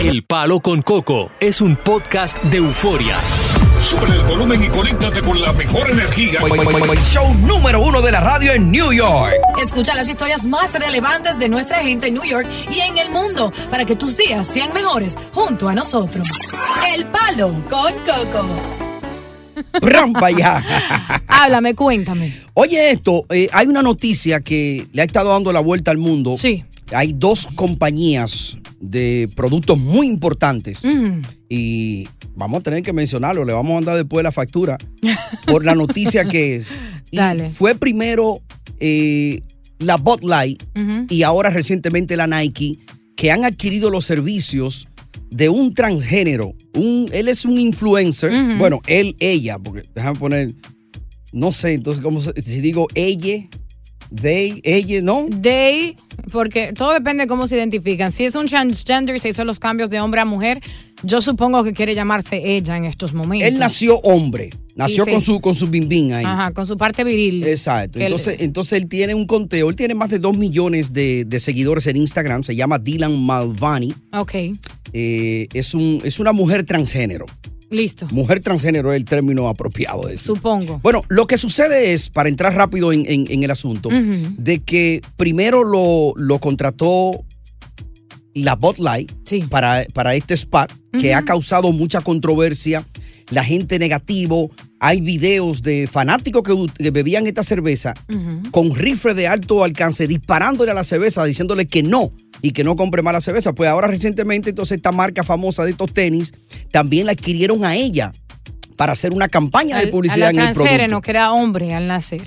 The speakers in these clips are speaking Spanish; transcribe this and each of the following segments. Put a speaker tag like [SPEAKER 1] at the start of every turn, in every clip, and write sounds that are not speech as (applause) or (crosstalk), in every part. [SPEAKER 1] El Palo con Coco es un podcast de euforia.
[SPEAKER 2] Sube el volumen y conéctate con la mejor energía.
[SPEAKER 3] Show número uno de la radio en New York.
[SPEAKER 4] Escucha las historias más relevantes de nuestra gente en New York y en el mundo para que tus días sean mejores junto a nosotros. El Palo con Coco.
[SPEAKER 3] (laughs) Rampa ya.
[SPEAKER 4] Háblame, cuéntame.
[SPEAKER 3] Oye, esto, eh, hay una noticia que le ha estado dando la vuelta al mundo.
[SPEAKER 4] Sí.
[SPEAKER 3] Hay dos compañías de productos muy importantes
[SPEAKER 4] Mm.
[SPEAKER 3] y vamos a tener que mencionarlo, le vamos a mandar después la factura por la noticia que
[SPEAKER 4] (laughs)
[SPEAKER 3] es. Y
[SPEAKER 4] Dale.
[SPEAKER 3] Fue primero eh, la Bud Light
[SPEAKER 4] Ujú.
[SPEAKER 3] y ahora recientemente la Nike, que han adquirido los servicios de un transgénero. Un, él es un influencer.
[SPEAKER 4] Ujú.
[SPEAKER 3] Bueno, él, ella, porque déjame poner, no sé, entonces, ¿cómo se- si digo ella, they, ella, ¿no?
[SPEAKER 4] Day, porque todo depende de cómo se identifican. Si es un transgender, se hizo los cambios de hombre a mujer, yo supongo que quiere llamarse ella en estos momentos.
[SPEAKER 3] Él nació hombre, nació
[SPEAKER 4] Y se-
[SPEAKER 3] con su con su bimbín ahí.
[SPEAKER 4] Ajá, con su parte viril.
[SPEAKER 3] Exacto.
[SPEAKER 4] Que él-
[SPEAKER 3] Entonces, entonces él tiene un conteo, él tiene más de 2 millones de, de seguidores en Instagram, se llama Dylan Malvani,
[SPEAKER 4] Ok,
[SPEAKER 3] Eh, es, un, es una mujer transgénero.
[SPEAKER 4] listo.
[SPEAKER 3] Mujer transgénero es el término apropiado de eso.
[SPEAKER 4] Supongo.
[SPEAKER 3] Bueno, lo que sucede es, para entrar rápido en, en- en el asunto,
[SPEAKER 4] Ujú.
[SPEAKER 3] de que primero lo, lo contrató la Botlight
[SPEAKER 4] Sí.
[SPEAKER 3] para, para este spot, que
[SPEAKER 4] Ujú.
[SPEAKER 3] ha causado mucha controversia, la gente negativo, hay videos de fanáticos que, ut- que bebían esta cerveza
[SPEAKER 4] Ujú.
[SPEAKER 3] con rifle de alto alcance disparándole a la cerveza, diciéndole que no y que no compre más la cerveza. Pues ahora recientemente entonces esta marca famosa de estos tenis también la adquirieron a ella para hacer una campaña
[SPEAKER 4] Al-
[SPEAKER 3] de publicidad
[SPEAKER 4] a
[SPEAKER 3] en
[SPEAKER 4] la
[SPEAKER 3] el producto.
[SPEAKER 4] transgénero, que era hombre al nacer.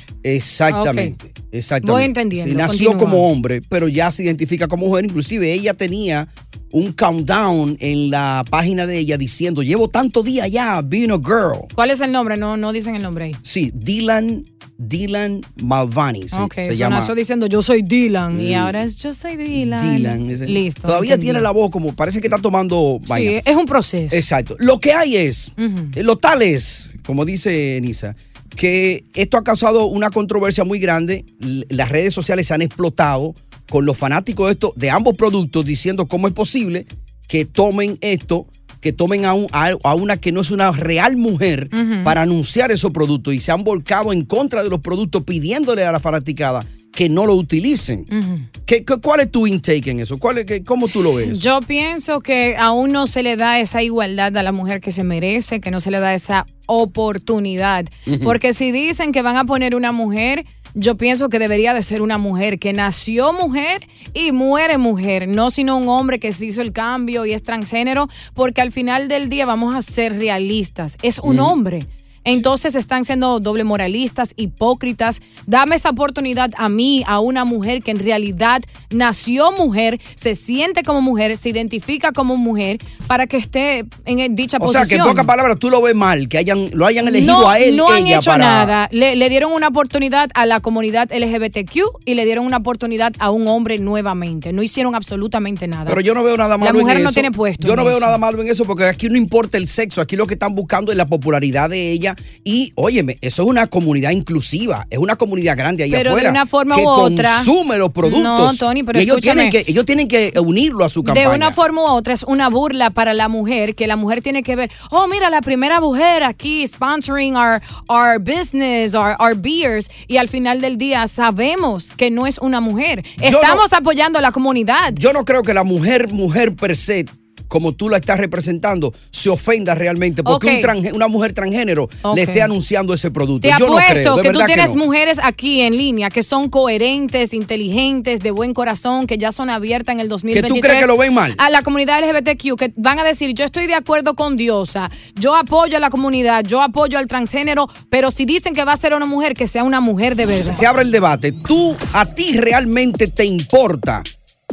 [SPEAKER 3] Exactamente, exactamente.
[SPEAKER 4] Voy entendiendo,
[SPEAKER 3] Sí, nació
[SPEAKER 4] continúa.
[SPEAKER 3] como hombre, pero ya se identifica como mujer. Inclusive ella tenía un countdown en la página de ella diciendo, llevo tanto día ya being a girl.
[SPEAKER 4] ¿Cuál es el nombre? No, no dicen el nombre ahí.
[SPEAKER 3] Sí, Dylan, Dylan Malvani sí,
[SPEAKER 4] ok,
[SPEAKER 3] se
[SPEAKER 4] eso
[SPEAKER 3] llama.
[SPEAKER 4] nació diciendo yo soy Dylan y
[SPEAKER 3] Mm.
[SPEAKER 4] ahora es yo soy Dylan.
[SPEAKER 3] Dylan. ese-
[SPEAKER 4] Listo.
[SPEAKER 3] Todavía
[SPEAKER 4] entendí.
[SPEAKER 3] tiene la voz como, parece que está tomando vaina.
[SPEAKER 4] Sí, es un proceso.
[SPEAKER 3] Exacto. Lo que hay es,
[SPEAKER 4] Ujú.
[SPEAKER 3] eh, lo tal es, como dice Nisa, que esto ha causado una controversia muy grande. L- Las redes sociales se han explotado con los fanáticos de esto, de ambos productos, diciendo cómo es posible que tomen esto, que tomen a, un- a- a una que no es una real mujer
[SPEAKER 4] Ujú.
[SPEAKER 3] para anunciar esos productos y se han volcado en contra de los productos pidiéndole a la fanaticada que no lo utilicen.
[SPEAKER 4] Ujú.
[SPEAKER 3] ¿Qué- qué- cuál es tu intake en eso? ¿Cuál es, qué- ¿Cómo tú lo ves?
[SPEAKER 4] Yo pienso que aún no se le da esa igualdad a la mujer que se merece, que no se le da esa oportunidad. Porque si dicen que van a poner una mujer, yo pienso que debería de ser una mujer que nació mujer y muere mujer, no sino un hombre que se hizo el cambio y es transgénero, porque al final del día vamos a ser realistas. Es un hombre. Entonces están siendo doble moralistas, hipócritas. Dame esa oportunidad a mí, a una mujer que en realidad nació mujer, se siente como mujer, se identifica como mujer, para que esté en e, dicha
[SPEAKER 3] O sea,
[SPEAKER 4] posición.
[SPEAKER 3] que en pocas palabras tú lo ves mal, que hayan, lo hayan elegido
[SPEAKER 4] no,
[SPEAKER 3] a él.
[SPEAKER 4] no han
[SPEAKER 3] ella,
[SPEAKER 4] hecho
[SPEAKER 3] para-
[SPEAKER 4] nada. Le, le dieron una oportunidad a la comunidad LGBTQ y le dieron una oportunidad a un hombre nuevamente. No hicieron absolutamente nada.
[SPEAKER 3] Pero yo no veo nada malo en
[SPEAKER 4] mujer no
[SPEAKER 3] eso.
[SPEAKER 4] tiene puesto
[SPEAKER 3] Yo
[SPEAKER 4] en
[SPEAKER 3] no veo
[SPEAKER 4] eso.
[SPEAKER 3] nada malo en eso porque aquí no importa el sexo, aquí lo que están buscando es la popularidad de ella y óyeme, eso es una comunidad inclusiva, es una comunidad grande ahí
[SPEAKER 4] Pero de
[SPEAKER 3] afuera
[SPEAKER 4] una forma
[SPEAKER 3] que
[SPEAKER 4] u otra-
[SPEAKER 3] consume los productos.
[SPEAKER 4] No, Tony, pero
[SPEAKER 3] y ellos tienen
[SPEAKER 4] escúchame.
[SPEAKER 3] que ellos tienen que unirlo a su campaña.
[SPEAKER 4] De una forma u otra es una burla para la mujer, que la mujer tiene que ver, oh, mira, la primera mujer aquí sponsoring our, our business, our, our beers, y al final del día sabemos que no es una mujer.
[SPEAKER 3] Yo no-
[SPEAKER 4] Estamos apoyando a la comunidad.
[SPEAKER 3] yo no creo que la mujer, mujer per se, como tú la estás representando, se ofenda realmente porque
[SPEAKER 4] Ok.
[SPEAKER 3] un transgé- una mujer transgénero
[SPEAKER 4] Ok.
[SPEAKER 3] le esté anunciando ese producto.
[SPEAKER 4] Te
[SPEAKER 3] Pues yo no
[SPEAKER 4] apuesto
[SPEAKER 3] creo, de
[SPEAKER 4] que tú
[SPEAKER 3] verdad
[SPEAKER 4] tienes
[SPEAKER 3] no.
[SPEAKER 4] mujeres aquí en línea que son coherentes, inteligentes, de buen corazón, que ya son abiertas en el 2023.
[SPEAKER 3] crees que lo ven mal?
[SPEAKER 4] A la comunidad LGBTQ, que van a decir, yo estoy de acuerdo con Diosa, yo apoyo a la comunidad, yo apoyo al transgénero, pero si dicen que va a ser una mujer, que sea una mujer de verdad.
[SPEAKER 3] se abre el debate. Tú, a ti realmente te importa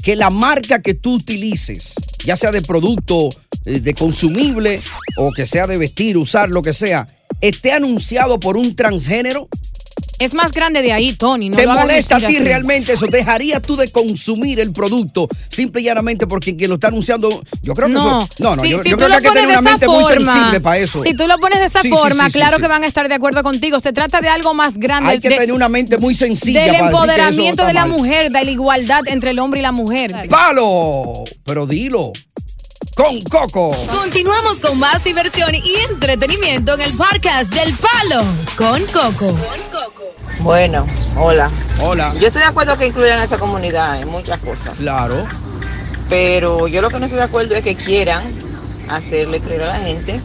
[SPEAKER 3] que la marca que tú utilices, ya sea de producto, eh, de consumible o que sea de vestir, usar, lo que sea, esté anunciado por un transgénero?
[SPEAKER 4] Es más grande de ahí, Tony. No
[SPEAKER 3] ¿Te
[SPEAKER 4] lo hagas
[SPEAKER 3] molesta a
[SPEAKER 4] lucir
[SPEAKER 3] ti
[SPEAKER 4] así.
[SPEAKER 3] realmente eso? ¿Dejarías tú de consumir el producto simple y llanamente porque quien lo está anunciando? Yo creo que
[SPEAKER 4] No,
[SPEAKER 3] eso- no, no,
[SPEAKER 4] si,
[SPEAKER 3] yo,
[SPEAKER 4] si
[SPEAKER 3] yo
[SPEAKER 4] tú
[SPEAKER 3] creo
[SPEAKER 4] lo
[SPEAKER 3] que hay que
[SPEAKER 4] pones
[SPEAKER 3] tener
[SPEAKER 4] de
[SPEAKER 3] una
[SPEAKER 4] esa
[SPEAKER 3] mente muy sensible
[SPEAKER 4] forma,
[SPEAKER 3] para eso.
[SPEAKER 4] si tú lo pones de esa
[SPEAKER 3] Sí, sí, sí,
[SPEAKER 4] forma,
[SPEAKER 3] sí,
[SPEAKER 4] claro
[SPEAKER 3] sí.
[SPEAKER 4] que van a estar de acuerdo contigo. Se trata de algo más grande.
[SPEAKER 3] Hay que
[SPEAKER 4] de-
[SPEAKER 3] tener una mente muy sencilla. para
[SPEAKER 4] del
[SPEAKER 3] decir que eso
[SPEAKER 4] empoderamiento
[SPEAKER 3] está
[SPEAKER 4] de la
[SPEAKER 3] mal.
[SPEAKER 4] mujer, de la igualdad entre el hombre y la mujer.
[SPEAKER 3] ¡Palo! Pero dilo. Con coco.
[SPEAKER 5] Continuamos con más diversión y entretenimiento en el podcast del Palo con Coco.
[SPEAKER 6] Bueno, hola.
[SPEAKER 3] Hola.
[SPEAKER 6] Yo estoy de acuerdo que incluyan a esa comunidad en muchas cosas,
[SPEAKER 3] Claro.
[SPEAKER 6] pero yo lo que no estoy de acuerdo es que quieran hacerle creer a la gente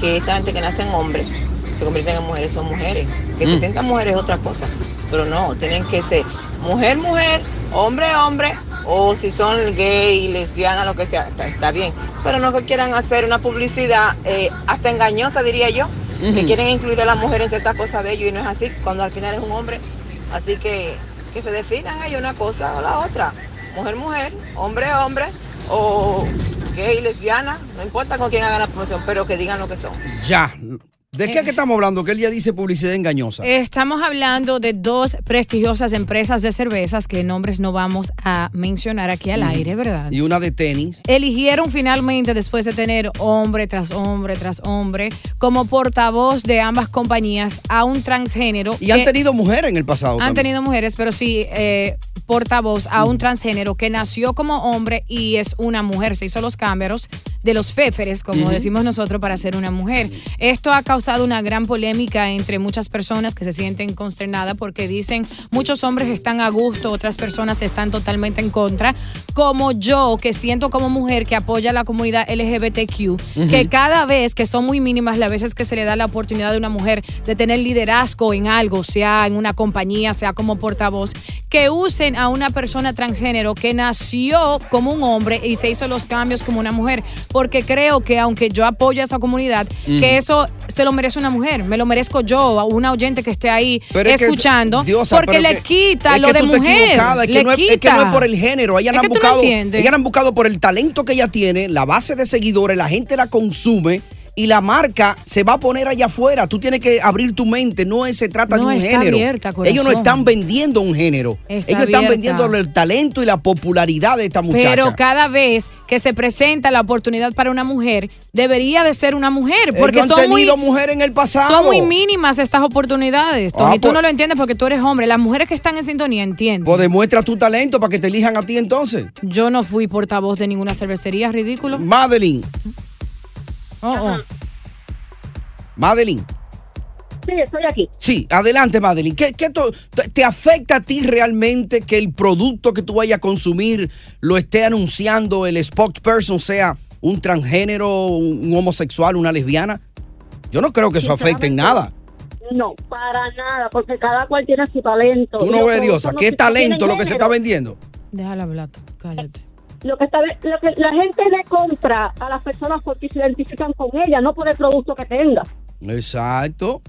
[SPEAKER 6] que esa gente que nacen hombres se convierten en mujeres son mujeres. Que se
[SPEAKER 7] Mm.
[SPEAKER 6] sientan mujeres es otra cosa, pero no, tienen que ser mujer, mujer, hombre, hombre, o si son gay, lesbiana, lo que sea, está, está bien. Pero no que quieran hacer una publicidad eh, hasta engañosa, diría yo, que
[SPEAKER 8] Ujú.
[SPEAKER 6] quieren incluir a la mujer en ciertas cosas de ellos y no es así, cuando al final es un hombre. Así que que se definan ellos una cosa o la otra. Mujer, mujer, hombre, hombre, o gay, lesbiana, no importa con quién hagan la promoción, pero que digan lo que son.
[SPEAKER 3] Ya. ¿De
[SPEAKER 4] Eh.
[SPEAKER 3] qué es que estamos hablando? Que él ya dice publicidad engañosa.
[SPEAKER 4] Estamos hablando de dos prestigiosas empresas de cervezas que nombres no vamos a mencionar aquí al
[SPEAKER 3] Ujú.
[SPEAKER 4] aire, ¿verdad?
[SPEAKER 3] Y una de tenis.
[SPEAKER 4] Eligieron finalmente, después de tener hombre tras hombre tras hombre, como portavoz de ambas compañías a un transgénero.
[SPEAKER 3] Y han
[SPEAKER 4] que-
[SPEAKER 3] tenido mujeres en el pasado.
[SPEAKER 4] Eh. Han
[SPEAKER 3] también.
[SPEAKER 4] tenido mujeres, pero sí eh, portavoz a un transgénero que nació como hombre y es una mujer. Se hizo los cambios de los féferes, como
[SPEAKER 9] Ujú.
[SPEAKER 4] decimos nosotros, para ser una mujer. Esto ha causado una gran polémica entre muchas personas que se sienten consternadas porque dicen muchos hombres están a gusto, otras personas están totalmente en contra. Como yo, que siento como mujer que apoya a la comunidad LGBTQ, que
[SPEAKER 9] Ujú.
[SPEAKER 4] cada vez que son muy mínimas las veces que se le da la oportunidad de una mujer de tener liderazgo en algo, sea en una compañía, sea como portavoz, que usen a una persona transgénero que nació como un hombre y se hizo los cambios como una mujer, porque creo que aunque yo apoyo a esa comunidad,
[SPEAKER 3] Ujú.
[SPEAKER 4] que eso se lo merece una mujer, me lo merezco yo, a una oyente que esté ahí
[SPEAKER 3] Pero es que es-
[SPEAKER 4] escuchando,
[SPEAKER 3] Diosa,
[SPEAKER 4] porque
[SPEAKER 3] pero
[SPEAKER 4] le
[SPEAKER 3] que-
[SPEAKER 4] quita
[SPEAKER 3] es
[SPEAKER 4] lo
[SPEAKER 3] que
[SPEAKER 4] de
[SPEAKER 3] tú estás
[SPEAKER 4] mujer,
[SPEAKER 3] equivocada, es que
[SPEAKER 4] le
[SPEAKER 3] no es, es que
[SPEAKER 4] quita.
[SPEAKER 3] no es por el género. Ellas
[SPEAKER 4] Es
[SPEAKER 3] la han
[SPEAKER 4] que tú no
[SPEAKER 3] buscado.
[SPEAKER 4] entiendes.
[SPEAKER 3] ellas la han buscado por el talento que ella tiene, la base de seguidores, la gente la consume. Y la marca se va a poner allá afuera. Tú tienes que abrir tu mente. No es- se trata de
[SPEAKER 4] No,
[SPEAKER 3] un
[SPEAKER 4] está
[SPEAKER 3] género.
[SPEAKER 4] abierta, corazón.
[SPEAKER 3] Ellos no están vendiendo un género.
[SPEAKER 4] Está
[SPEAKER 3] Ellos están
[SPEAKER 4] abierta.
[SPEAKER 3] vendiendo el talento y la popularidad de esta muchacha.
[SPEAKER 4] Pero cada vez que se presenta la oportunidad para una mujer, debería de ser una mujer.
[SPEAKER 3] Ellos
[SPEAKER 4] Porque
[SPEAKER 3] han
[SPEAKER 4] son muy,
[SPEAKER 3] tenido mujer en el pasado.
[SPEAKER 4] son muy mínimas estas oportunidades.
[SPEAKER 3] Ah,
[SPEAKER 4] Tony. tú
[SPEAKER 3] pues-
[SPEAKER 4] no lo entiendes porque tú eres hombre. Las mujeres que están en sintonía entienden.
[SPEAKER 3] Pues demuestra tu talento para que te elijan a ti entonces.
[SPEAKER 4] Yo no fui portavoz de ninguna cervecería, ridículo.
[SPEAKER 3] Madeline,
[SPEAKER 4] Oh, oh.
[SPEAKER 3] Madeline.
[SPEAKER 10] Sí, estoy aquí.
[SPEAKER 3] Sí, adelante, Madeline. ¿Qué, qué to- te- ¿Te afecta a ti realmente que el producto que tú vayas a consumir lo esté anunciando el spokesperson, sea un transgénero, un un homosexual, una lesbiana? Yo no creo que eso afecte en nada.
[SPEAKER 10] No, para nada, porque cada cual tiene su talento.
[SPEAKER 3] Tú
[SPEAKER 10] Y
[SPEAKER 3] no
[SPEAKER 10] los
[SPEAKER 3] ves,
[SPEAKER 10] productos
[SPEAKER 3] Diosa,
[SPEAKER 10] no
[SPEAKER 3] qué
[SPEAKER 10] se-
[SPEAKER 3] talento lo que se
[SPEAKER 10] tienen
[SPEAKER 3] está
[SPEAKER 10] género.
[SPEAKER 3] vendiendo.
[SPEAKER 4] Déjala hablar, tú, cállate.
[SPEAKER 10] Lo que, está, lo que la gente le compra a las personas porque se identifican con ella, no por el producto que tenga.
[SPEAKER 3] Exacto.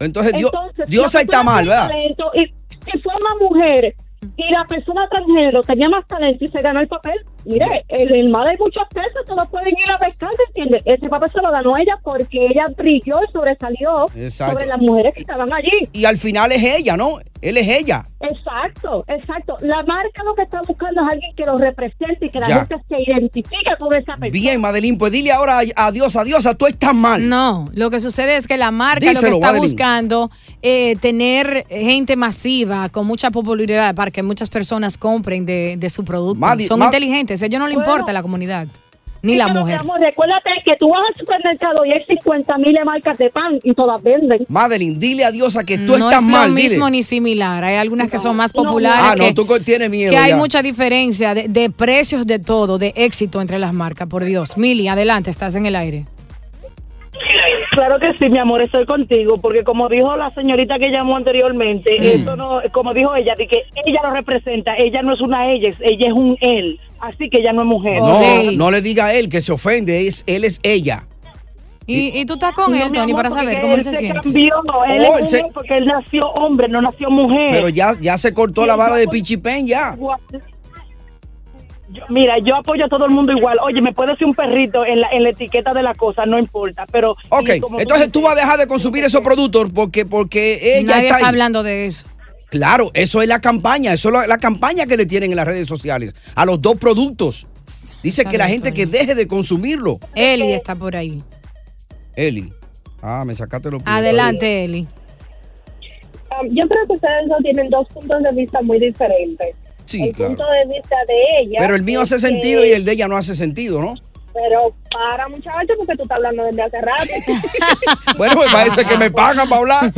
[SPEAKER 3] Entonces, Dios,
[SPEAKER 8] Entonces,
[SPEAKER 3] Dios
[SPEAKER 8] la
[SPEAKER 3] ahí está
[SPEAKER 8] persona
[SPEAKER 3] mal,
[SPEAKER 8] tiene
[SPEAKER 3] ¿verdad?
[SPEAKER 8] talento Y si fue una mujer y la persona transgénero tenía más talento y se ganó el papel, mire, en el mal hay muchas cosas que lo pueden ir a pescar, ¿me ¿entiendes? Ese papel se lo ganó ella porque ella brilló y sobresalió
[SPEAKER 3] Exacto.
[SPEAKER 8] sobre las mujeres que estaban allí.
[SPEAKER 3] Y al final es ella, ¿no? Él es ella.
[SPEAKER 8] Exacto, exacto. La marca lo que está buscando es alguien que lo represente y que la
[SPEAKER 3] Ya.
[SPEAKER 8] gente se identifique con esa persona.
[SPEAKER 3] Bien, Madeline, pues dile ahora a Dios, a Dios, tú estás mal.
[SPEAKER 4] No, lo que sucede es que la marca lo
[SPEAKER 3] Díselo,
[SPEAKER 4] que está
[SPEAKER 3] Madeline.
[SPEAKER 4] buscando eh, tener gente masiva con mucha popularidad para que muchas personas compren de, de su producto.
[SPEAKER 8] Madi-
[SPEAKER 4] Son
[SPEAKER 8] Ma-
[SPEAKER 4] inteligentes, a ellos no le
[SPEAKER 8] Bueno.
[SPEAKER 4] importa la comunidad, ni la
[SPEAKER 8] Dímelo, mi
[SPEAKER 4] mujer.
[SPEAKER 8] amor, recuérdate que tú vas al supermercado y hay 50 mil marcas de pan y todas venden.
[SPEAKER 3] Madeline, dile a Dios a que tú
[SPEAKER 4] no
[SPEAKER 3] estás
[SPEAKER 4] es
[SPEAKER 3] mal.
[SPEAKER 4] lo
[SPEAKER 3] dile.
[SPEAKER 4] mismo ni similar. Hay algunas que son más
[SPEAKER 3] no, no.
[SPEAKER 4] populares.
[SPEAKER 3] Ah, no,
[SPEAKER 4] que-
[SPEAKER 3] tú co- tienes miedo
[SPEAKER 4] Que hay
[SPEAKER 3] ya.
[SPEAKER 4] mucha diferencia de, de precios de todo, de éxito entre las marcas, por Dios. Mili, adelante, estás en el aire.
[SPEAKER 11] Claro que sí, mi amor, estoy contigo, porque como dijo la señorita que llamó anteriormente,
[SPEAKER 4] Mm.
[SPEAKER 11] esto no, como dijo ella, de que ella lo representa, ella no es una ella, es- ella es un él, así que ella no es mujer.
[SPEAKER 3] No, no le diga a él que se ofende, es, él es ella.
[SPEAKER 4] Y, y tú estás con
[SPEAKER 11] No,
[SPEAKER 4] él,
[SPEAKER 11] mi
[SPEAKER 4] Tony,
[SPEAKER 11] amor,
[SPEAKER 4] para saber
[SPEAKER 11] porque
[SPEAKER 4] cómo él
[SPEAKER 11] él
[SPEAKER 4] se,
[SPEAKER 11] se
[SPEAKER 4] siente.
[SPEAKER 11] cambió, no, él
[SPEAKER 3] Oh,
[SPEAKER 11] es mujer porque él nació hombre, no nació mujer.
[SPEAKER 3] Pero ya, ya se cortó la vara de Pichipen, ya.
[SPEAKER 11] Yo- mira, yo apoyo a todo el mundo igual. Oye, me puede ser un perrito en la, en la etiqueta de la cosa, no importa, pero...
[SPEAKER 3] Ok,
[SPEAKER 11] y como tú
[SPEAKER 3] entonces tú vas a dejar de consumir esos productos porque, porque ella
[SPEAKER 4] Nadie
[SPEAKER 3] está,
[SPEAKER 4] está,
[SPEAKER 3] ahí.
[SPEAKER 4] hablando de eso.
[SPEAKER 3] Claro, eso es la campaña, eso es la, la campaña que le tienen en las redes sociales a los dos productos. Dice
[SPEAKER 4] Está
[SPEAKER 3] que la
[SPEAKER 4] bien,
[SPEAKER 3] gente que deje de consumirlo.
[SPEAKER 4] Eli está por ahí.
[SPEAKER 3] Eli. Ah, me sacaste los pies.
[SPEAKER 4] Adelante, Eli.
[SPEAKER 8] Um, yo creo que ustedes dos tienen dos puntos de vista muy diferentes.
[SPEAKER 3] Sí,
[SPEAKER 8] el
[SPEAKER 3] claro.
[SPEAKER 8] punto de vista de ella.
[SPEAKER 3] Pero el mío hace
[SPEAKER 8] es
[SPEAKER 3] sentido
[SPEAKER 8] que-
[SPEAKER 3] y el de ella no hace sentido, ¿no?
[SPEAKER 8] Pero para muchachos, porque tú estás hablando desde
[SPEAKER 11] (laughs)
[SPEAKER 8] hace rato.
[SPEAKER 3] Bueno, me parece que me pagan para
[SPEAKER 4] (laughs)
[SPEAKER 3] hablar.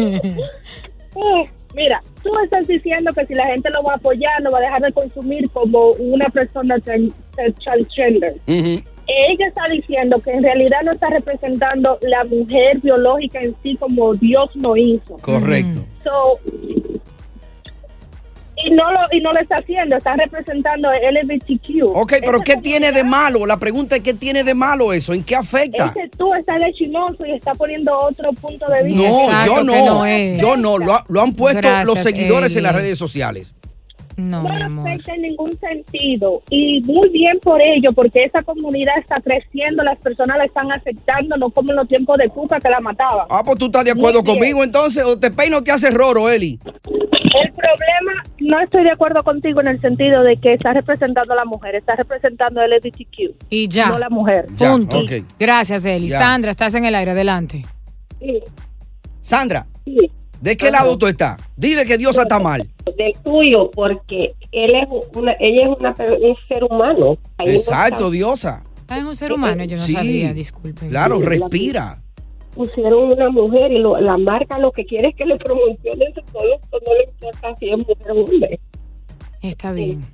[SPEAKER 8] Uh, Mira, tú estás diciendo que si la gente lo va a apoyar, lo va a dejar de consumir como una persona tran- transgender. Ella está diciendo que en realidad no está representando la mujer biológica en sí como Dios lo hizo.
[SPEAKER 3] Correcto.
[SPEAKER 8] So, y no lo y no lo está haciendo, está representando el LGBTQ.
[SPEAKER 3] Ok, pero ¿qué tiene de malo? La pregunta es ¿qué tiene de malo eso? ¿En qué afecta?
[SPEAKER 8] Es que tú estás de chimoso y está poniendo otro punto de vista.
[SPEAKER 3] No, yo no. yo no. Lo, ha- lo han puesto los
[SPEAKER 8] Gracias,
[SPEAKER 3] seguidores en las
[SPEAKER 8] Eli.
[SPEAKER 3] redes sociales.
[SPEAKER 4] No,
[SPEAKER 8] no afecta en ningún sentido. Y muy bien por ello, porque esa comunidad está creciendo, las personas la están aceptando, no como en los tiempos de Cuca que la mataba.
[SPEAKER 3] Ah, pues tú estás de acuerdo
[SPEAKER 8] Muy bien.
[SPEAKER 3] conmigo entonces, o te peino o te hace roro, Eli.
[SPEAKER 8] El problema, no estoy de acuerdo contigo en el sentido de que está representando a la mujer, está representando el LGBTQ.
[SPEAKER 4] Y ya.
[SPEAKER 8] No la mujer.
[SPEAKER 3] Ya,
[SPEAKER 4] Punto.
[SPEAKER 3] ok.
[SPEAKER 4] Gracias, Eli.
[SPEAKER 3] Ya.
[SPEAKER 4] Sandra, estás en el aire. Adelante.
[SPEAKER 3] Sandra, ¿de qué lado tú estás? Dile que Dios está mal.
[SPEAKER 12] del tuyo porque él es una, ella es una, pe- un ser humano. Ahí no
[SPEAKER 3] Exacto,
[SPEAKER 12] está.
[SPEAKER 3] diosa.
[SPEAKER 4] Ah, es un ser humano, yo no
[SPEAKER 3] Sí.
[SPEAKER 4] sabía, disculpen.
[SPEAKER 3] Claro, respira.
[SPEAKER 12] Pusieron una mujer y lo- la marca lo que quiere es que le promocionen su producto, no le importa si es mujer o hombre.
[SPEAKER 4] Está bien.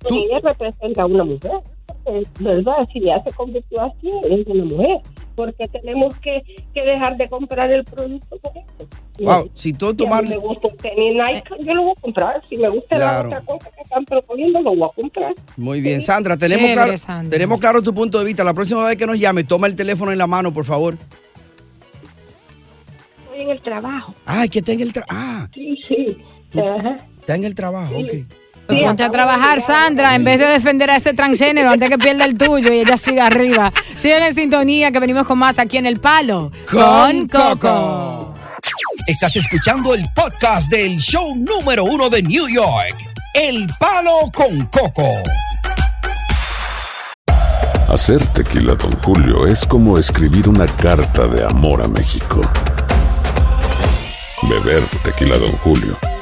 [SPEAKER 12] Pero ella representa a una mujer, porque, ¿verdad? Si ya se convirtió así, es una mujer. Porque tenemos que, que dejar de comprar el producto por eso.
[SPEAKER 3] Wow, si
[SPEAKER 12] Si
[SPEAKER 3] tú
[SPEAKER 12] a mí
[SPEAKER 3] tomas...
[SPEAKER 12] me gusta un tenis Nike, yo lo voy a comprar. Si me gusta
[SPEAKER 3] Claro.
[SPEAKER 12] la otra cosa que están proponiendo, lo voy a comprar.
[SPEAKER 3] Muy bien, Sandra, tenemos
[SPEAKER 12] Chévere,
[SPEAKER 3] claro,
[SPEAKER 12] Sandra.
[SPEAKER 3] tenemos claro tu punto de vista. La próxima vez que nos llame, toma el teléfono en la mano, por favor.
[SPEAKER 12] Estoy en el trabajo.
[SPEAKER 3] Ay, que está en el trabajo. Ah,
[SPEAKER 12] Sí, sí. Ajá.
[SPEAKER 3] está en el trabajo, ok.
[SPEAKER 4] Pues ponte a trabajar, Sandra, en vez de defender a este transgénero antes que pierda el tuyo y ella siga arriba. Sigan en sintonía que venimos con más aquí en El Palo.
[SPEAKER 3] Estás escuchando el podcast del show número uno de New York, El Palo con Coco.
[SPEAKER 9] Hacer tequila, Don Julio, es como escribir una carta de amor a México. Beber tequila, Don Julio,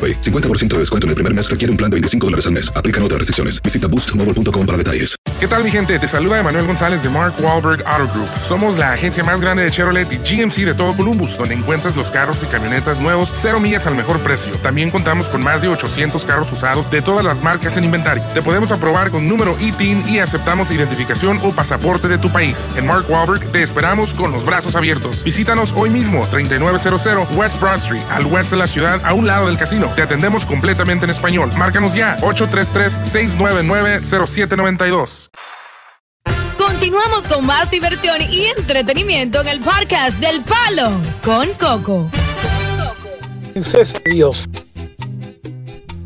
[SPEAKER 13] 50% de descuento en el primer mes requiere un plan de 25 dólares al mes. Aplican otras restricciones. Visita boostmobile.com para detalles.
[SPEAKER 14] ¿Qué tal mi gente? Te saluda Emanuel González de Mark Wahlberg Auto Group. Somos la agencia más grande de Chevrolet y GMC de todo Columbus, donde encuentras los carros y camionetas nuevos, cero millas al mejor precio. También contamos con más de 800 carros usados de todas las marcas en inventario. Te podemos aprobar con número ITIN y aceptamos identificación o pasaporte de tu país. En Mark Wahlberg te esperamos con los brazos abiertos. Visítanos hoy mismo, 3900 West Broad Street, al oeste de la ciudad, a un lado del casino. Te atendemos completamente en español. Márcanos ya, 833-699-0792.
[SPEAKER 5] Continuamos con más diversión y entretenimiento en el podcast del Palo con Coco.
[SPEAKER 3] Dios.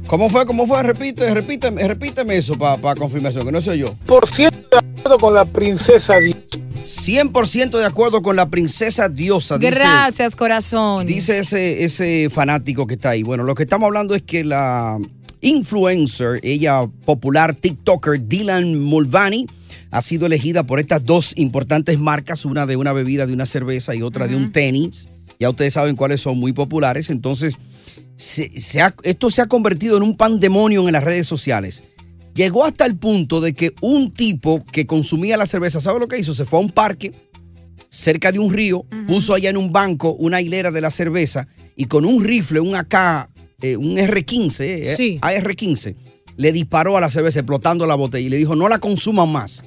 [SPEAKER 3] ¿Cómo fue? ¿Cómo fue? Repite, repíteme, repíteme eso para confirmación, que no soy yo. Por cierto, de acuerdo con la princesa Dios. 100% de acuerdo con la princesa diosa. dice-
[SPEAKER 4] Gracias, corazón.
[SPEAKER 3] Dice ese, ese fanático que está ahí. Bueno, lo que estamos hablando es que la influencer, ella popular TikToker, Dylan Mulvaney, ha sido elegida por estas dos importantes marcas, una de una bebida, de una cerveza y otra de un tenis. Ya ustedes saben cuáles son muy populares. Entonces, se- se ha- esto se ha convertido en un pandemonio en las redes sociales. Llegó hasta el punto de que un tipo que consumía la cerveza, ¿sabe lo que hizo? Se fue a un parque cerca de un río, puso allá en un banco una hilera de la cerveza y con un rifle, un AK, eh, un R15, eh,
[SPEAKER 4] Sí.
[SPEAKER 3] AR15, le disparó a la cerveza explotando la botella y le dijo, no la consuman más.